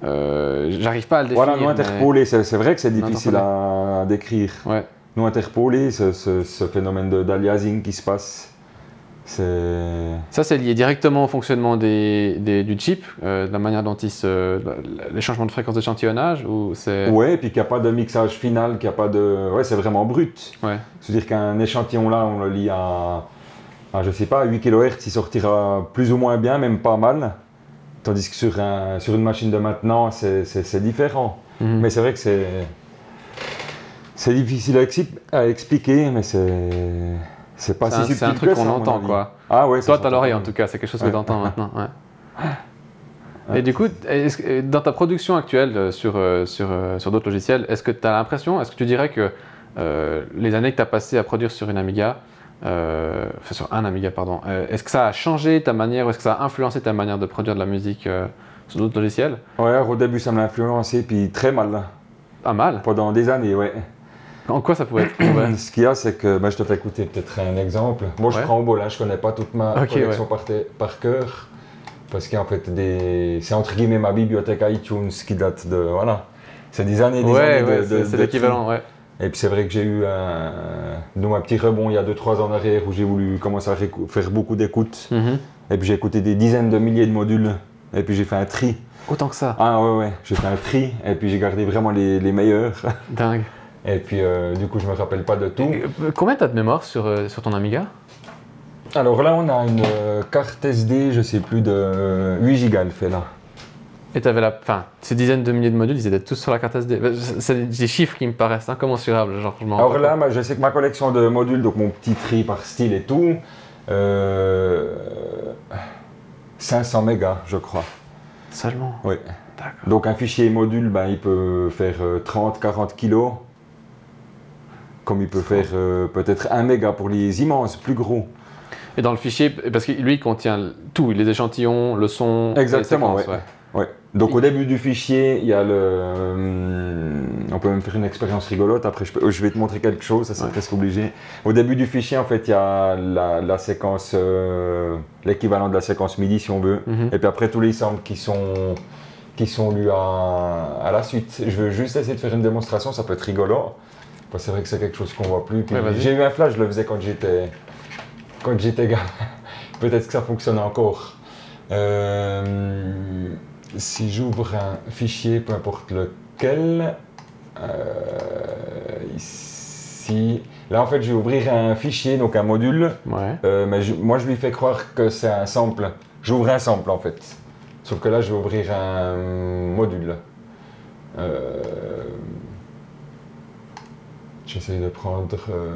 Speaker 2: euh, J'arrive pas à le définir.
Speaker 3: voilà, nous
Speaker 2: mais-
Speaker 3: interpoler, c'est c'est vrai que c'est
Speaker 2: Non,
Speaker 3: difficile à, à décrire.
Speaker 2: Ouais.
Speaker 3: Nous interpoler, ce, ce- ce phénomène de- d'aliasing qui se passe, c'est...
Speaker 2: Ça, c'est lié directement au fonctionnement des, des- du chip, euh, de la manière dont il se. les changements de fréquence d'échantillonnage ou c'est.
Speaker 3: Ouais, et puis qu'il n'y a pas de mixage final, qu'il n'y a pas de. Ouais, c'est vraiment brut.
Speaker 2: Ouais.
Speaker 3: C'est-à-dire qu'un échantillon là, on le lit à, à, je sais pas, à 8 kHz, il sortira plus ou moins bien, même pas mal. Tandis que sur, un, sur une machine de maintenant, c'est- c'est c'est différent.
Speaker 2: Mhm.
Speaker 3: Mais c'est vrai que c'est. C'est difficile à, exi- à expliquer, mais c'est. C'est pas
Speaker 2: C'est
Speaker 3: si
Speaker 2: un-
Speaker 3: subtil
Speaker 2: c'est un, truc
Speaker 3: que ça, à
Speaker 2: qu'on
Speaker 3: mon
Speaker 2: entend
Speaker 3: avis.
Speaker 2: quoi.
Speaker 3: Ah ouais, ça
Speaker 2: Toi,
Speaker 3: s'entend.
Speaker 2: t'as l'oreille en tout cas, c'est quelque chose que
Speaker 3: Ouais.
Speaker 2: t'entends maintenant. ouais. Et du coup, est-ce que- dans ta production actuelle euh, sur, euh, sur, euh, sur d'autres logiciels, est-ce que tu as l'impression, est-ce que tu dirais que euh, les années que tu as passées à produire sur une Amiga, euh, enfin sur un Amiga, pardon, euh, est-ce que ça a changé ta manière, ou est-ce que ça a influencé ta manière de produire de la musique euh, sur d'autres logiciels
Speaker 3: Ouais, au début, ça m'a influencé, puis très mal,
Speaker 2: Pas mal.
Speaker 3: pendant des années, ouais.
Speaker 2: En quoi ça pouvait être mauvais
Speaker 3: Ce qu'il y a, c'est que ben, je te fais écouter peut-être un exemple. Moi, je
Speaker 2: Ouais.
Speaker 3: prends au bol, hein, je connais pas toute ma
Speaker 2: Ok,
Speaker 3: collection par, te- par cœur. Parce qu'en fait, des... c'est entre guillemets ma bibliothèque iTunes qui date de. Voilà. C'est des années et des
Speaker 2: Ouais,
Speaker 3: années de-
Speaker 2: ouais, c'est
Speaker 3: de-
Speaker 2: c'est
Speaker 3: de
Speaker 2: l'équivalent, ouais.
Speaker 3: tri. Et puis c'est vrai que j'ai eu un, donc, un petit rebond il y a 2-3 ans en arrière où j'ai voulu commencer à récou- faire beaucoup d'écoutes.
Speaker 2: Mhm.
Speaker 3: Et puis j'ai écouté des dizaines de milliers de modules. Et puis j'ai fait un tri.
Speaker 2: Autant que ça.
Speaker 3: Ah ouais, ouais, j'ai fait un tri. Et puis j'ai gardé vraiment les, les meilleurs. (laughs)
Speaker 2: Dingue.
Speaker 3: Et puis euh, du coup, je me rappelle pas de tout.
Speaker 2: Et, euh, Combien t'as de mémoire sur, euh, sur ton Amiga
Speaker 3: Alors là, on a une euh, carte SD, je sais plus, de euh, 8 Go, elle fait là.
Speaker 2: Et t'avais la. Enfin, ces dizaines de milliers de modules, ils étaient tous sur la carte SD. Bah, c'est- C'est des chiffres qui me paraissent incommensurables. Genre, je m'en rends
Speaker 3: Alors
Speaker 2: pas
Speaker 3: là,
Speaker 2: compte.
Speaker 3: ma- je sais que ma collection de modules, donc mon petit tri par style et tout, euh, 500 mégas, je crois.
Speaker 2: Seulement.
Speaker 3: Oui.
Speaker 2: D'accord.
Speaker 3: Donc un fichier module, ben, il peut faire euh, 30, 40 kilos, comme il peut faire euh, peut-être 1 méga pour les immenses, plus gros.
Speaker 2: Et dans le fichier, parce que lui, il contient l- tout, les échantillons, le son. les
Speaker 3: Exactement,
Speaker 2: séquences,
Speaker 3: ouais. Ouais. Donc au début du fichier, il y a le. euh, on peut même faire une expérience rigolote. Après, je, peux- je vais te montrer quelque chose. Ça, c'est
Speaker 2: Ouais.
Speaker 3: presque obligé. Au début du fichier, en fait, il y a la, la séquence, euh, l'équivalent de la séquence MIDI, si on veut.
Speaker 2: Mhm.
Speaker 3: Et puis après, tous les samples qui sont qui sont lus à, à la suite. Je veux juste essayer de faire une démonstration. Ça peut être rigolo. Parce que c'est vrai que c'est quelque chose qu'on voit plus. Puis
Speaker 2: Ouais, vas-y.
Speaker 3: J'ai eu un flash. Je le faisais quand j'étais quand j'étais gamin. (laughs) Peut-être que ça fonctionne encore. Euh, si j'ouvre un fichier, peu importe lequel, euh, ici, là en fait je vais ouvrir un fichier, donc un module,
Speaker 2: Ouais.
Speaker 3: euh, mais je- moi je lui fais croire que c'est un sample. J'ouvre un sample en fait. Sauf que là je vais ouvrir un module. Euh, J'essaie de prendre. euh,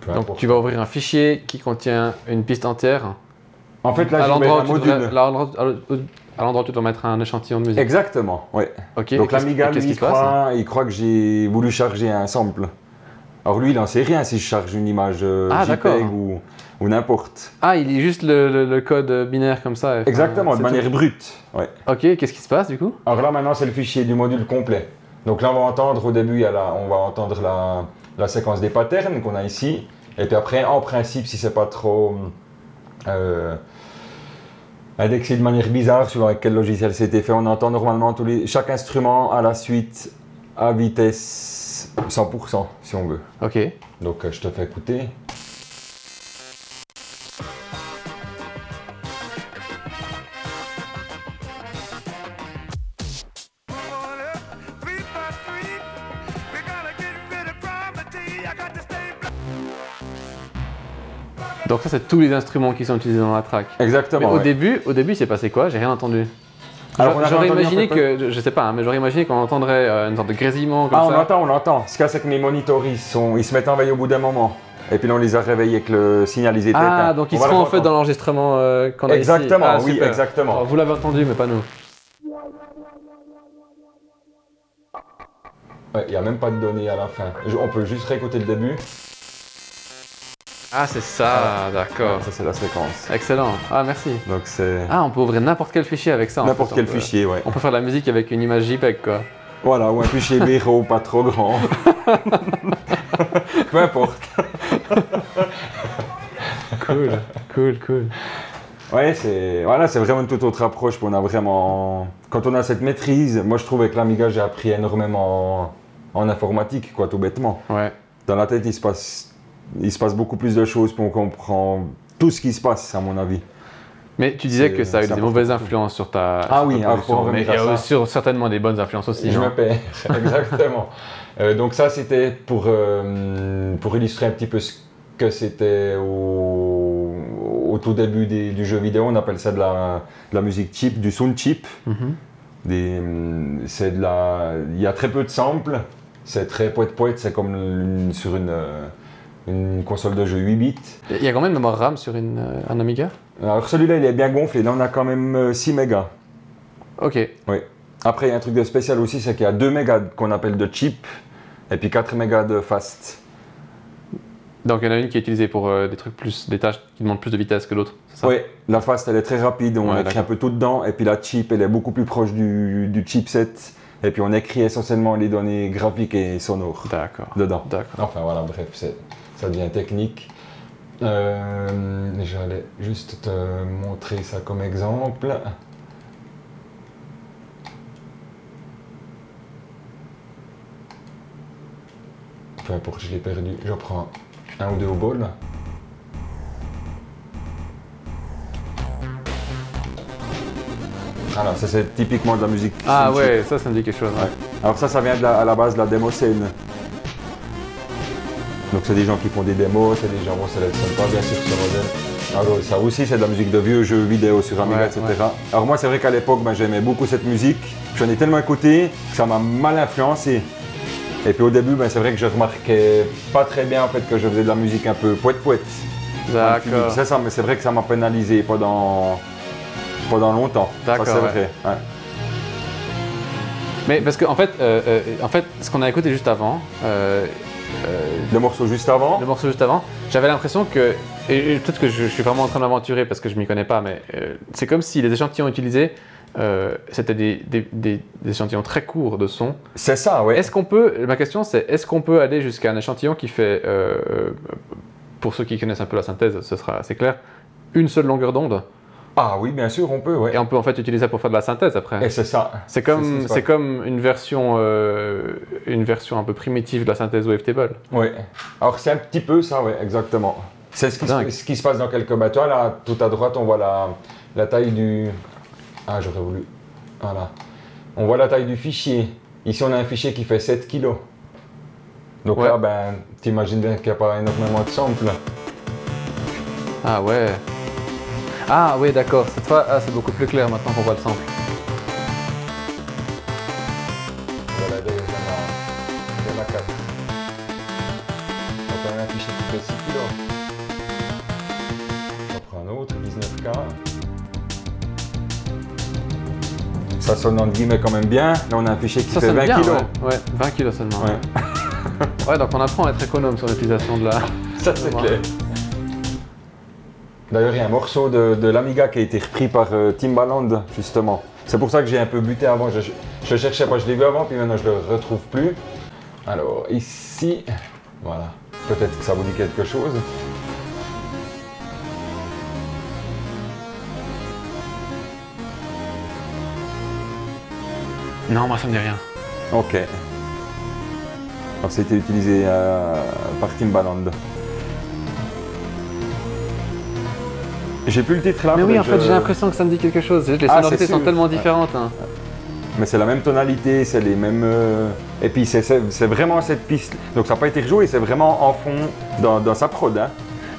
Speaker 3: peu
Speaker 2: Donc
Speaker 3: importe.
Speaker 2: tu vas ouvrir un fichier qui contient une piste entière.
Speaker 3: En fait, là,
Speaker 2: à
Speaker 3: je mets
Speaker 2: l'endroit
Speaker 3: un
Speaker 2: où, tu
Speaker 3: module.
Speaker 2: devrais- là, à l'endroit- à l'endroit- à l'endroit où tu dois mettre un échantillon de musique.
Speaker 3: Exactement, oui.
Speaker 2: Ok. et
Speaker 3: Donc
Speaker 2: qu'est-ce-
Speaker 3: l'Amiga,
Speaker 2: et
Speaker 3: lui,
Speaker 2: qu'est-ce qui
Speaker 3: il
Speaker 2: se passe hein
Speaker 3: croit, il croit que j'ai voulu charger un sample. Alors lui, il en sait rien si je charge une image euh,
Speaker 2: Ah,
Speaker 3: JPEG
Speaker 2: d'accord.
Speaker 3: ou, ou n'importe.
Speaker 2: Ah, il lit juste le, le- le code binaire comme ça. et- enfin,
Speaker 3: Exactement, de
Speaker 2: c'est
Speaker 3: manière
Speaker 2: tout.
Speaker 3: brute. ouais.
Speaker 2: Ok, qu'est-ce qui se passe du coup
Speaker 3: Alors là, maintenant, c'est le fichier du module complet. Donc là, on va entendre au début, il y a la- on va entendre la, la séquence des patterns qu'on a ici. Et puis après, en principe, si c'est pas trop euh, indexé de manière bizarre, suivant avec quel logiciel c'était fait, on entend normalement tous les, chaque instrument à la suite à vitesse 100%, si on veut.
Speaker 2: Ok.
Speaker 3: Donc euh, je te fais écouter.
Speaker 2: Donc ça, c'est tous les instruments qui sont utilisés dans la track. Mais
Speaker 3: Exactement.
Speaker 2: au
Speaker 3: ouais.
Speaker 2: début, au début, c'est passé quoi J'ai rien entendu.
Speaker 3: Alors, on
Speaker 2: J'a-
Speaker 3: avait
Speaker 2: J'aurais
Speaker 3: entendu
Speaker 2: imaginé
Speaker 3: un peu
Speaker 2: que, je- je sais pas, hein, mais j'aurais imaginé qu'on entendrait euh, une sorte de grésillement comme
Speaker 3: ah, on
Speaker 2: ça.
Speaker 3: entend, on entend. Ce qu'il y a, c'est que mes moniteurs, ils, sont, ils se mettent en veille au bout d'un moment. Et puis là, on les a réveillés avec le signal, ils étaient
Speaker 2: ah,
Speaker 3: éteints.
Speaker 2: donc
Speaker 3: On
Speaker 2: ils
Speaker 3: va
Speaker 2: seront
Speaker 3: les
Speaker 2: en fait
Speaker 3: entendre.
Speaker 2: dans l'enregistrement euh, qu'on a ici.
Speaker 3: Exactement,
Speaker 2: Ah,
Speaker 3: oui,
Speaker 2: super.
Speaker 3: exactement.
Speaker 2: Alors, vous l'avez entendu, mais pas nous.
Speaker 3: Ouais, Il n'y a même pas de données à la fin. Je- on peut juste réécouter le début.
Speaker 2: Ah, c'est ça, d'accord.
Speaker 3: Ça, c'est la séquence.
Speaker 2: Excellent. Ah, merci.
Speaker 3: Donc, c'est
Speaker 2: Ah, on peut ouvrir n'importe quel fichier avec ça. en
Speaker 3: n'importe
Speaker 2: fait, on
Speaker 3: quel
Speaker 2: peut-
Speaker 3: fichier, ouais.
Speaker 2: On peut faire de la musique avec une image JPEG, quoi.
Speaker 3: Voilà, ou
Speaker 2: (laughs)
Speaker 3: un fichier bureau pas trop grand. Peu importe.
Speaker 2: Cool, cool, cool.
Speaker 3: Ouais, c'est voilà, c'est vraiment une toute autre approche. puis On a vraiment, quand on a cette maîtrise, moi je trouve que l'Amiga j'ai appris énormément en, en informatique, quoi, tout bêtement.
Speaker 2: Ouais.
Speaker 3: Dans la tête, il se passe, il se passe beaucoup plus de choses, puis on comprend tout ce qui se passe, à mon avis.
Speaker 2: Mais tu disais
Speaker 3: C'est-
Speaker 2: que ça a eu
Speaker 3: c'est Ah
Speaker 2: des mauvaises influences sur ta. sur ta
Speaker 3: oui, alors,
Speaker 2: production,
Speaker 3: pour
Speaker 2: mais il
Speaker 3: revenir
Speaker 2: y a
Speaker 3: à ça.
Speaker 2: aussi certainement des bonnes influences aussi.
Speaker 3: je
Speaker 2: non
Speaker 3: me perds, (laughs) exactement. Euh, donc ça, c'était pour, euh, pour illustrer un petit peu ce que c'était au, au tout début des- du jeu vidéo. On appelle ça de la, de la musique chip, du sound chip.
Speaker 2: Mhm.
Speaker 3: Des, hum, c'est de la, il y a très peu de samples. C'est très poète poète. C'est comme une- sur une, euh, une console de jeu 8 bits.
Speaker 2: Il y a quand même de mémoire RAM sur une, euh, un Amiga
Speaker 3: Alors celui-là, il est bien gonflé. Là, on a quand même euh, 6 mégas.
Speaker 2: Ok.
Speaker 3: Après, il y a un truc de spécial aussi, c'est qu'il y a 2 mégas qu'on appelle de cheap et puis 4 mégas de fast.
Speaker 2: Donc il y en a une qui est utilisée pour euh, des trucs plus, des tâches qui demandent plus de vitesse que l'autre, c'est ça
Speaker 3: Oui, la fast, elle est très rapide, on
Speaker 2: Ouais,
Speaker 3: écrit un
Speaker 2: d'accord.
Speaker 3: peu tout dedans. Et puis la cheap, elle est beaucoup plus proche du, du chipset. Et puis on écrit essentiellement les données graphiques et sonores
Speaker 2: D'accord.
Speaker 3: dedans.
Speaker 2: D'accord.
Speaker 3: Enfin voilà, bref, c'est- ça devient technique. Euh, J'allais juste te montrer ça comme exemple. Peu importe, je l'ai perdu. Je prends un ou deux au bol. Alors, ça c'est typiquement de la musique.
Speaker 2: Ah
Speaker 3: synthé.
Speaker 2: ouais, ça, ça me dit quelque chose. ouais.
Speaker 3: Ouais. Alors ça, ça vient de la- à la base de la démo scène. Donc c'est des gens qui font des démos, c'est des gens qui sélectionnent pas bien sûr ce modèle. Alors ça aussi, c'est de la musique de vieux jeux vidéo sur Amiga,
Speaker 2: Ouais,
Speaker 3: etc. Alors moi, c'est vrai qu'à l'époque, ben, j'aimais beaucoup cette musique. J'en ai tellement écouté que ça m'a mal influencé. Et puis au début, ben, c'est vrai que je remarquais pas très bien en fait que je faisais de la musique un peu poète-poète.
Speaker 2: D'accord.
Speaker 3: C'est ça, mais c'est vrai que ça m'a pénalisé pendant, pendant longtemps. Ça,
Speaker 2: D'accord,
Speaker 3: c'est
Speaker 2: ouais.
Speaker 3: vrai. ouais.
Speaker 2: Mais parce que en fait, euh, euh, en fait, ce qu'on a écouté juste avant, euh, euh,
Speaker 3: Le morceau juste avant.
Speaker 2: le morceau juste avant, j'avais l'impression que, et et peut-être que je, je suis vraiment en train de m'aventurer parce que je m'y connais pas, mais euh, c'est comme si les échantillons utilisés, euh, c'était des, des- des- des échantillons très courts de son.
Speaker 3: C'est ça, ouais.
Speaker 2: Est-ce qu'on peut, ma question c'est, est-ce qu'on peut aller jusqu'à un échantillon qui fait, euh, euh, pour ceux qui connaissent un peu la synthèse, ce sera assez clair, une seule longueur d'onde,
Speaker 3: Ah oui, bien sûr, on peut, ouais.
Speaker 2: et on peut en fait utiliser ça pour faire de la synthèse après.
Speaker 3: Et c'est ça.
Speaker 2: C'est
Speaker 3: c'est ce
Speaker 2: comme,
Speaker 3: que je
Speaker 2: c'est comme une version, euh, une version un peu primitive de la synthèse wavetable.
Speaker 3: Ouais. Alors c'est un petit peu ça, ouais, exactement. C'est ce qui, se,
Speaker 2: Dingue.
Speaker 3: ce qui se passe dans quelques bateaux. Là, tout à droite, on voit la, la taille du. Ah, j'aurais voulu. Voilà. On voit la taille du fichier. Ici, on a un fichier qui fait 7 kilos. Donc
Speaker 2: Ouais.
Speaker 3: là, ben, t'imagines bien qu'il n'y a pas énormément de samples.
Speaker 2: Ah ouais. Ah oui, d'accord. Cette fois, ah, c'est beaucoup plus clair maintenant qu'on voit le sample.
Speaker 3: Voilà, là, il y en a- il y en a quatre. Donc, on a un fichier qui fait 6 kilos. On prend un autre, 19K. Ça sonne entre guillemets quand même bien. Là, on a un fichier qui
Speaker 2: Ça,
Speaker 3: fait
Speaker 2: sonne
Speaker 3: 20
Speaker 2: bien.
Speaker 3: kilos.
Speaker 2: Ouais. Ouais, 20 kilos seulement.
Speaker 3: Ouais.
Speaker 2: Ouais, donc on apprend à être économe sur l'utilisation de la.
Speaker 3: Ça,
Speaker 2: c'est clair.
Speaker 3: D'ailleurs, il y a un morceau de, de l'Amiga qui a été repris par euh, Timbaland, justement. C'est pour ça que j'ai un peu buté avant. Je, je cherchais pas, je l'ai vu avant, puis maintenant je le retrouve plus. Alors, ici, voilà. Peut-être que ça vous dit quelque chose.
Speaker 2: Non, moi ça me dit rien.
Speaker 3: Ok. Alors, c'était utilisé euh, par Timbaland. J'ai plus le titre là.
Speaker 2: Mais oui,
Speaker 3: faudrait
Speaker 2: en
Speaker 3: que
Speaker 2: fait,
Speaker 3: je-
Speaker 2: j'ai l'impression que ça me dit quelque chose. Les
Speaker 3: Ah,
Speaker 2: sonorités
Speaker 3: c'est sûr.
Speaker 2: sont tellement
Speaker 3: Ouais.
Speaker 2: différentes. hein.
Speaker 3: Mais c'est la même tonalité, c'est les mêmes. euh, Et puis c'est- c'est c'est vraiment cette piste. Donc ça n'a pas été rejoué, c'est vraiment en fond dans, dans sa prod. hein.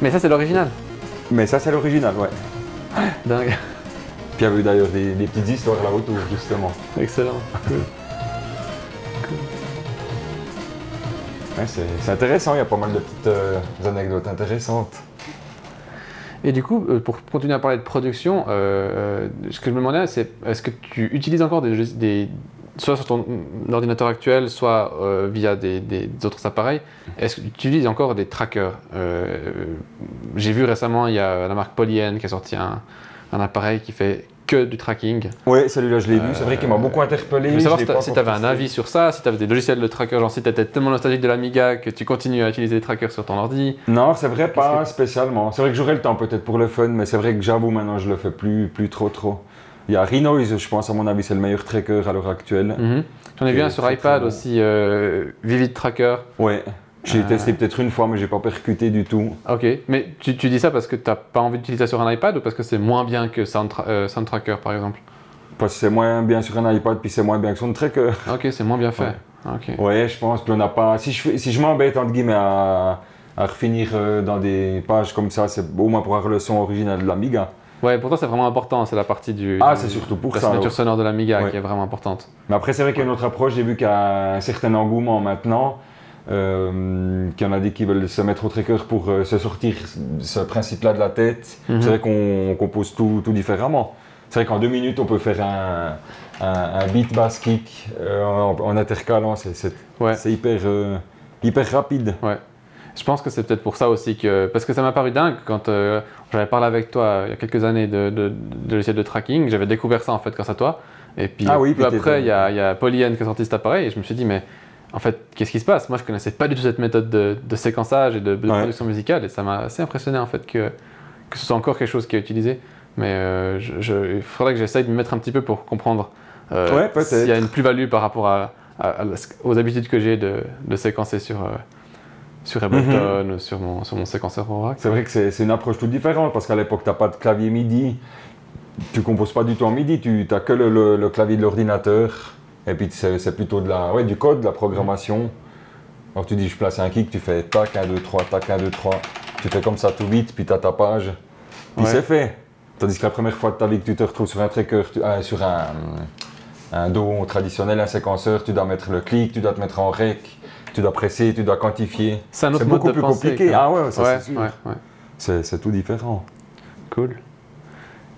Speaker 2: Mais ça, c'est l'original.
Speaker 3: Mais ça, c'est l'original, ouais.
Speaker 2: Dingue. (laughs)
Speaker 3: Puis il y avait d'ailleurs des, des petites histoires là autour, justement.
Speaker 2: Excellent.
Speaker 3: Ouais, c'est c'est intéressant, il y a pas mal de petites euh, anecdotes intéressantes.
Speaker 2: Et du coup, euh, pour continuer à parler de production, euh, euh, ce que je me demandais, c'est est-ce que tu utilises encore des, logis- des- soit sur ton ordinateur actuel, soit euh, via des, des autres appareils, est-ce que tu utilises encore des trackers Euh, J'ai vu récemment, il y a la marque Polyen qui a sorti un, un appareil qui fait que du tracking.
Speaker 3: Ouais, celui-là, je l'ai vu, c'est vrai qu'il m'a beaucoup interpellé.
Speaker 2: Je voulais savoir
Speaker 3: je
Speaker 2: si t'a-
Speaker 3: l'ai pas
Speaker 2: si
Speaker 3: encore
Speaker 2: t'avais un
Speaker 3: testé.
Speaker 2: avis sur ça, si t'avais des logiciels de trackers, genre si t'étais tellement nostalgique de l'Amiga que tu continues à utiliser des trackers sur ton ordi.
Speaker 3: Non, c'est vrai, pas spécialement. C'est vrai que j'aurais le temps peut-être pour le fun, mais c'est vrai que j'avoue maintenant, je le fais plus, plus trop, trop. Il y a Renoise, je pense, à mon avis, c'est le meilleur tracker à l'heure actuelle.
Speaker 2: Mhm. J'en ai vu
Speaker 3: Et
Speaker 2: un sur
Speaker 3: très, très
Speaker 2: iPad
Speaker 3: bon.
Speaker 2: aussi, euh, Vivid Tracker.
Speaker 3: Ouais. J'ai
Speaker 2: Ah.
Speaker 3: testé peut-être une fois, mais j'ai pas percuté du tout.
Speaker 2: Ok, mais tu, tu dis ça parce que t'as pas envie d'utiliser ça sur un iPad ou parce que c'est moins bien que Soundtra- euh, Soundtracker par exemple
Speaker 3: Parce que c'est moins bien sur un iPad, puis c'est moins bien que son tracker.
Speaker 2: Ah, Ok, c'est moins bien fait. Ah,
Speaker 3: Ouais.
Speaker 2: Ok.
Speaker 3: euh. Ouais, je pense. Puis on n'a pas. Si je, fais- si je m'embête, entre guillemets, à, à refinir euh, dans des pages comme ça, c'est au moins pour avoir le son original de l'Amiga.
Speaker 2: Ouais, pour toi c'est vraiment important, c'est la partie du.
Speaker 3: Ah,
Speaker 2: du-
Speaker 3: c'est surtout pour
Speaker 2: la
Speaker 3: ça.
Speaker 2: signature
Speaker 3: ouais.
Speaker 2: sonore de l'Amiga
Speaker 3: Ouais.
Speaker 2: qui est vraiment importante.
Speaker 3: Mais après, c'est vrai qu'il y a une autre approche. J'ai vu qu'il y a un certain engouement maintenant euh, qu'il y en a des qui veulent se mettre au tracker pour euh, se sortir ce principe-là de la tête.
Speaker 2: Mhm.
Speaker 3: C'est vrai qu'on compose tout, tout différemment. C'est vrai qu'en deux minutes, on peut faire un, un, un beat bass kick euh, en, en intercalant. C'est c'est-
Speaker 2: Ouais.
Speaker 3: c'est hyper, euh, hyper rapide.
Speaker 2: Je pense que c'est peut-être pour ça aussi que. Parce que ça m'a paru dingue quand euh, j'avais parlé avec toi euh, il y a quelques années de, de, de logiciel de tracking. J'avais découvert ça en fait grâce à toi. Et puis,
Speaker 3: Ah oui,
Speaker 2: peu
Speaker 3: puis t'étais-
Speaker 2: après, il y a, il y a Polyane qui a sorti cet appareil et je me suis dit, mais en fait, qu'est-ce qui se passe Moi, je connaissais pas du tout cette méthode de, de séquençage et de, de
Speaker 3: Ouais.
Speaker 2: production musicale et ça m'a assez impressionné en fait que, que ce soit encore quelque chose qui est utilisé. Mais euh, je, je- il faudrait que j'essaye de me mettre un petit peu pour comprendre euh,
Speaker 3: Ouais, peut-être.
Speaker 2: s'il y a une plus-value par rapport à, à- à la- aux habitudes que j'ai de, de séquencer sur. euh, sur Ableton,
Speaker 3: Mhm.
Speaker 2: euh, sur, mon, sur mon séquenceur Aura.
Speaker 3: C'est vrai que c'est c'est une approche toute différente parce qu'à l'époque, tu n'as pas de clavier MIDI. Tu composes pas du tout en MIDI, tu n'as que le, le- le clavier de l'ordinateur. Et puis c'est c'est plutôt de la, ouais, du code, de la programmation. Alors tu dis, je place un kick, tu fais tac, 1, 2, 3, tac, 1, 2, 3. Tu fais comme ça tout vite, puis tu as ta page. Puis
Speaker 2: Ouais.
Speaker 3: c'est fait. Tandis que la première fois de ta vie que tu te retrouves sur un tracker, tu- euh, sur un, un don traditionnel, un séquenceur, tu dois mettre le clic, tu dois te mettre en rec, tu dois presser, tu dois quantifier.
Speaker 2: C'est un autre
Speaker 3: C'est
Speaker 2: mode
Speaker 3: beaucoup
Speaker 2: de
Speaker 3: plus
Speaker 2: pensée,
Speaker 3: compliqué.
Speaker 2: quoi.
Speaker 3: Ah ouais, ça
Speaker 2: ouais,
Speaker 3: c'est sûr.
Speaker 2: ouais, ouais.
Speaker 3: C'est c'est tout différent.
Speaker 2: Cool.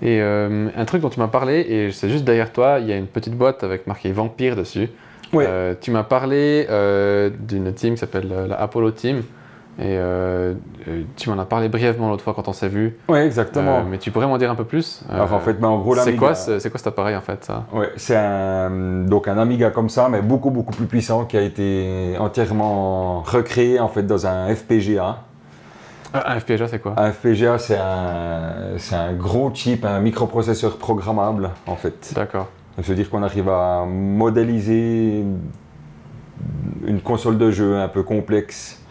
Speaker 2: Et euh, un truc dont tu m'as parlé, et c'est juste derrière toi, il y a une petite boîte avec marqué Vampire dessus.
Speaker 3: Ouais.
Speaker 2: Euh, tu m'as parlé euh, d'une team qui s'appelle euh, la Apollo Team. Et euh, euh, tu m'en as parlé brièvement l'autre fois quand on s'est vu.
Speaker 3: Oui,
Speaker 2: Euh,
Speaker 3: exactement.
Speaker 2: mais tu pourrais m'en dire un peu plus Euh,
Speaker 3: Alors en fait, ben, en gros,
Speaker 2: c'est
Speaker 3: l'Amiga-
Speaker 2: quoi, ce- c'est quoi cet appareil en fait ça
Speaker 3: Ouais, c'est un, donc un Amiga comme ça, mais beaucoup beaucoup plus puissant, qui a été entièrement recréé en fait dans un FPGA.
Speaker 2: Ah, Un FPGA, c'est quoi
Speaker 3: Un FPGA, c'est un, c'est un gros chip, un microprocesseur programmable en fait.
Speaker 2: D'accord.
Speaker 3: Donc, Ça veut dire qu'on arrive à modéliser une console de jeu un peu complexe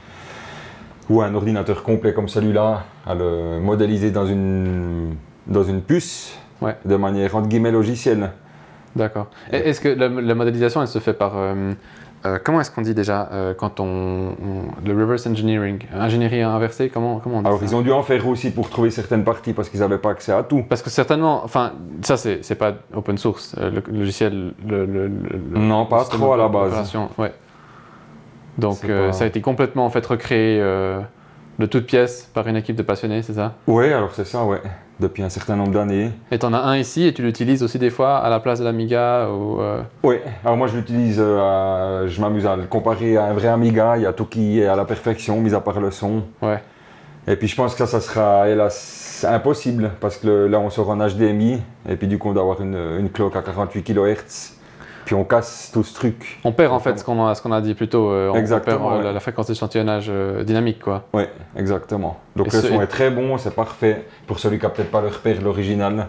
Speaker 3: ou un ordinateur complet comme celui-là, à le modéliser dans une, dans une puce
Speaker 2: Ouais.
Speaker 3: de manière entre guillemets logicielle.
Speaker 2: D'accord. Et Est-ce que la, la modélisation, elle se fait par... euh, euh, comment est-ce qu'on dit déjà euh, quand on, on- Le reverse engineering, ingénierie inversée, comment, comment on dit
Speaker 3: Alors
Speaker 2: ça
Speaker 3: ils ont dû en faire aussi pour trouver certaines parties parce qu'ils n'avaient pas accès à tout.
Speaker 2: Parce que certainement, enfin, ça c'est c'est pas open source, euh, le, le logiciel... Le, le- le- le-
Speaker 3: Non, pas
Speaker 2: le système
Speaker 3: trop à la
Speaker 2: de-
Speaker 3: base.
Speaker 2: d'opération, Ouais. Donc
Speaker 3: C'est
Speaker 2: euh,
Speaker 3: pas-
Speaker 2: ça a été complètement en fait recréé euh, de toutes pièces par une équipe de passionnés, c'est ça
Speaker 3: Ouais, alors c'est ça, ouais. Depuis un certain nombre d'années.
Speaker 2: Et t'en as un ici et tu l'utilises aussi des fois à la place de l'Amiga ou... euh,
Speaker 3: Ouais, alors moi je l'utilise, euh, à- je m'amuse à le comparer à un vrai Amiga, il y a tout qui est à la perfection, mis à part le son.
Speaker 2: Ouais.
Speaker 3: Et puis je pense que ça, ça sera hélas impossible parce que le- là on sort en HDMI et puis du coup on doit avoir une, une cloque à 48 kHz. Puis on casse tout ce truc.
Speaker 2: On perd en fait ce qu'on a, ce qu'on a dit plus tôt, euh, on- on
Speaker 3: Exactement,
Speaker 2: perd euh,
Speaker 3: ouais.
Speaker 2: la, la fréquence d'échantillonnage euh, dynamique quoi.
Speaker 3: Ouais, exactement. Donc
Speaker 2: Et
Speaker 3: le
Speaker 2: ce-
Speaker 3: son est très bon, c'est parfait pour celui qui a peut-être pas le repère l'original.
Speaker 2: Mais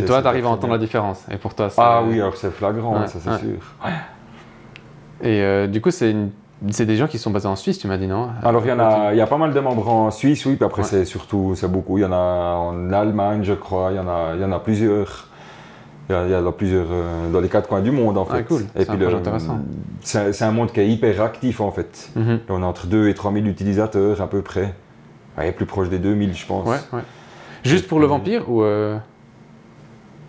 Speaker 3: C'est-
Speaker 2: toi,
Speaker 3: c'est
Speaker 2: t'arrives à
Speaker 3: très
Speaker 2: entendre
Speaker 3: bien.
Speaker 2: la différence. Et pour toi, c'est-
Speaker 3: Ah oui, alors c'est flagrant,
Speaker 2: Ouais,
Speaker 3: ça c'est
Speaker 2: ouais.
Speaker 3: sûr.
Speaker 2: Et euh, du coup, c'est une- c'est des gens qui sont basés en Suisse, tu m'as dit, non
Speaker 3: Ah, Alors il y en a, il y a pas mal de membres en Suisse, oui, puis après
Speaker 2: Ouais.
Speaker 3: c'est surtout, c'est beaucoup. Il y en a en Allemagne, je crois, il y en a, il y en a plusieurs. Il y, a- il y en a plusieurs euh, dans les quatre coins du monde en
Speaker 2: Ah,
Speaker 3: fait.
Speaker 2: cool. C'est un projet intéressant.
Speaker 3: C'est c'est un monde qui est hyper actif en fait.
Speaker 2: Mhm.
Speaker 3: On est entre 2 et 3 000 utilisateurs à peu près. Ouais, plus proche des 2000 je pense.
Speaker 2: Ouais, ouais. Juste pour le vampire ou euh,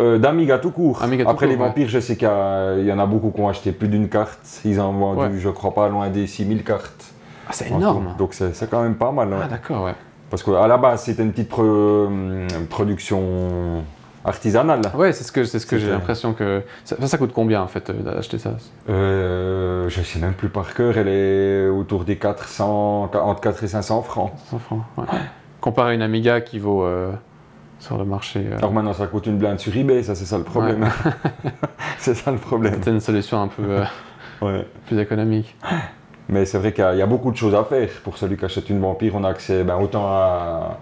Speaker 3: Euh, D'Amiga tout court.
Speaker 2: Amiga tout
Speaker 3: Après
Speaker 2: court,
Speaker 3: les vampires, je sais qu'il y a- il y, en a beaucoup qui ont acheté plus d'une carte. Ils en ont vendu, je crois pas, loin des 6000 cartes.
Speaker 2: Ah, c'est
Speaker 3: en tout.
Speaker 2: énorme
Speaker 3: Donc c'est c'est quand même pas mal. hein. ouais.
Speaker 2: Ah, d'accord, ouais.
Speaker 3: Parce qu'à la base, c'était une petite pro- euh, production artisanale.
Speaker 2: Ouais, c'est ce que, c'est ce que j'ai
Speaker 3: C'était-
Speaker 2: l'impression que. Ça, ça coûte combien en fait euh, d'acheter ça
Speaker 3: Euh, je sais même plus par cœur, elle est autour des 400, entre 4 et 500 francs.
Speaker 2: 100 francs, ouais. Comparé à une Amiga qui vaut euh, sur le marché. euh,
Speaker 3: Alors maintenant, ça coûte une blinde sur eBay, ça c'est ça le problème. (laughs) c'est ça le problème.
Speaker 2: C'était une solution un peu euh,
Speaker 3: Ouais.
Speaker 2: plus économique.
Speaker 3: Mais c'est vrai qu'il y a- il y, a beaucoup de choses à faire. Pour celui qui achète une vampire, on a accès ben, autant à,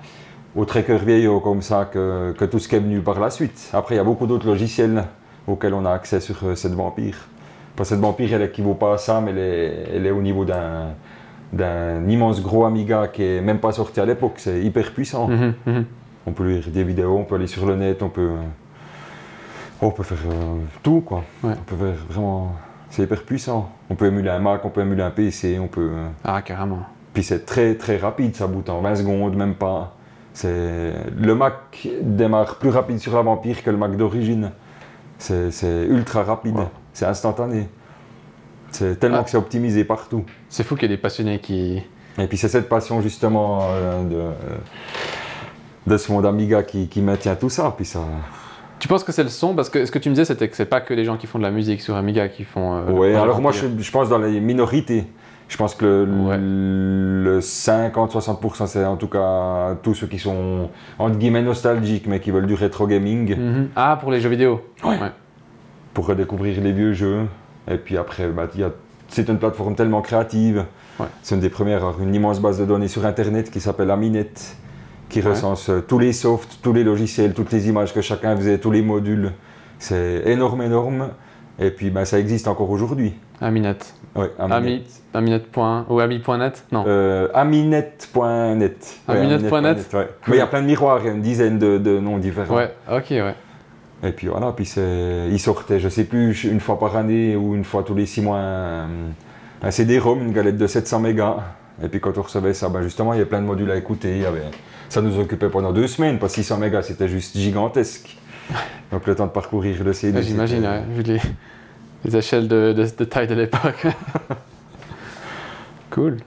Speaker 3: au tracker vieillot comme ça que, que tout ce qui est venu par la suite. Après, il y a beaucoup d'autres logiciels auxquels on a accès sur euh, cette vampire. Parce que cette vampire, elle n'équivaut pas à ça, mais elle est, elle est au niveau d'un d'un immense gros Amiga qui est même pas sorti à l'époque. C'est hyper puissant.
Speaker 2: Mhm, mhm.
Speaker 3: On peut lire des vidéos, on peut aller sur le net, on peut, on peut faire euh, tout quoi.
Speaker 2: Ouais.
Speaker 3: On peut faire vraiment, c'est hyper puissant. On peut émuler un Mac, on peut émuler un PC, on peut. euh,
Speaker 2: Ah, carrément.
Speaker 3: Puis c'est très très rapide, ça boot en 20 secondes, même pas. C'est le Mac démarre plus rapide sur la Vampire que le Mac d'origine. C'est c'est ultra rapide,
Speaker 2: Wow.
Speaker 3: c'est instantané. C'est tellement
Speaker 2: Ah.
Speaker 3: que c'est optimisé partout.
Speaker 2: C'est fou qu'il y ait des passionnés qui.
Speaker 3: Et puis c'est cette passion justement euh, de, de ce monde Amiga qui, qui maintient tout ça. Puis ça,
Speaker 2: Tu penses que c'est le son Parce que ce que tu me disais, c'était que c'est pas que les gens qui font de la musique sur Amiga qui font. euh, le
Speaker 3: ouais,
Speaker 2: projet
Speaker 3: alors moi je,
Speaker 2: Vampire.
Speaker 3: je pense dans les minorités. Je pense que le,
Speaker 2: Ouais.
Speaker 3: le 50-60% c'est en tout cas tous ceux qui sont entre guillemets nostalgiques mais qui veulent du rétro gaming
Speaker 2: Mhm. Ah, pour les jeux vidéo.
Speaker 3: Ouais. pour redécouvrir les vieux jeux. Et puis après, bah, il y a- c'est une plateforme tellement créative.
Speaker 2: Ouais.
Speaker 3: C'est une des premières, à avoir une immense base de données sur Internet qui s'appelle Aminet, qui
Speaker 2: Ouais.
Speaker 3: recense euh, tous les softs, tous les logiciels, toutes les images que chacun faisait, tous les modules. C'est énorme, énorme. Et puis bah, ça existe encore aujourd'hui.
Speaker 2: Aminet.
Speaker 3: Ouais, Aminet.
Speaker 2: Ami. Aminet. point- Ou ami.net Non.
Speaker 3: Euh, Aminet.net. Ouais,
Speaker 2: Aminet.net.
Speaker 3: Aminet.net, ouais. Mais il y a plein de miroirs, il y a une dizaine de, de noms différents.
Speaker 2: Ouais, ok, ouais.
Speaker 3: Et puis voilà, puis c'est- il sortait, je sais plus, une fois par année ou une fois tous les six mois, un, un CD-ROM, une galette de 700 mégas. Et puis quand on recevait ça, ben justement, il y avait plein de modules à écouter. il y avait- Ça nous occupait pendant deux semaines, parce que 600 mégas, c'était juste gigantesque. Donc le temps de parcourir le CD.
Speaker 2: Ouais, J'imagine,
Speaker 3: c'était-
Speaker 2: ouais, vu les, les échelles de, de- de taille de l'époque.
Speaker 3: (laughs)
Speaker 2: cool.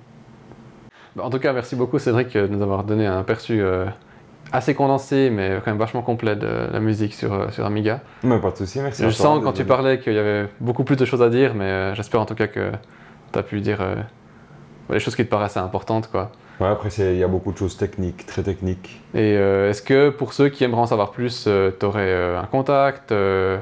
Speaker 2: Bah, en tout cas, merci beaucoup Cédric euh, de nous avoir donné un aperçu euh, assez condensé, mais quand même vachement complet de la musique sur, euh, sur Amiga.
Speaker 3: Mais pas de souci, merci.
Speaker 2: Je
Speaker 3: à toi
Speaker 2: sens
Speaker 3: de-
Speaker 2: quand tu parlais qu'il y avait beaucoup plus de choses à dire, mais euh, j'espère en tout cas que tu as pu dire euh, bah, les choses qui te paraissaient importantes. Quoi.
Speaker 3: Ouais, après, c'est- il y a beaucoup de choses techniques, très techniques.
Speaker 2: Et euh, est-ce que pour ceux qui aimeraient en savoir plus, tu aurais un contact, euh,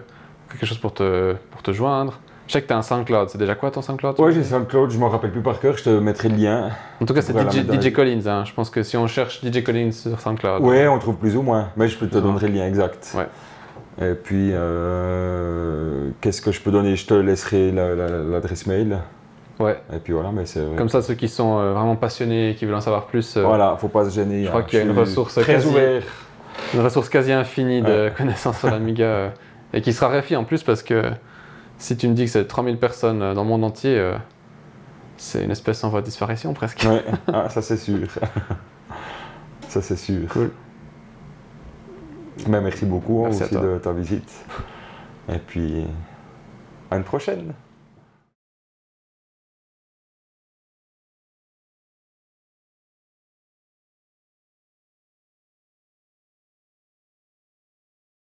Speaker 2: quelque chose pour te, pour te joindre Je sais que tu as un SoundCloud, c'est déjà quoi ton SoundCloud
Speaker 3: Ouais, j'ai SoundCloud, je m'en rappelle plus par cœur, je te mettrai le lien.
Speaker 2: En tout cas, c'est
Speaker 3: Voilà,
Speaker 2: DJ,
Speaker 3: madame.
Speaker 2: DJ Collins. hein. Je pense que si on cherche DJ Collins sur SoundCloud,
Speaker 3: Ouais, on trouve plus ou moins, mais je peux te
Speaker 2: Ouais.
Speaker 3: donnerai le lien exact.
Speaker 2: Ouais.
Speaker 3: Et puis, euh, qu'est-ce que je peux donner Je te laisserai la- la- l'adresse mail.
Speaker 2: ouais.
Speaker 3: Et puis voilà, mais c'est vrai.
Speaker 2: Comme ça, ceux qui sont euh, vraiment passionnés et qui veulent en savoir plus, euh,
Speaker 3: Voilà, faut pas se gêner.
Speaker 2: Je crois
Speaker 3: hein.
Speaker 2: qu'il y a une
Speaker 3: suis
Speaker 2: ressource
Speaker 3: très
Speaker 2: quasi- (laughs)
Speaker 3: ouvert.
Speaker 2: une ressource quasi infinie de connaissances sur l'Amiga euh, et qui se raréfie en plus parce que si tu me dis que c'est 3000 personnes euh, dans le monde entier, euh, c'est une espèce en voie de disparition presque.
Speaker 3: Ouais, ah, ça c'est sûr. (laughs) ça c'est sûr.
Speaker 2: Cool.
Speaker 3: Mais merci beaucoup hein,
Speaker 2: Merci à
Speaker 3: aussi
Speaker 2: toi.
Speaker 3: de ta visite. Et puis, à une prochaine.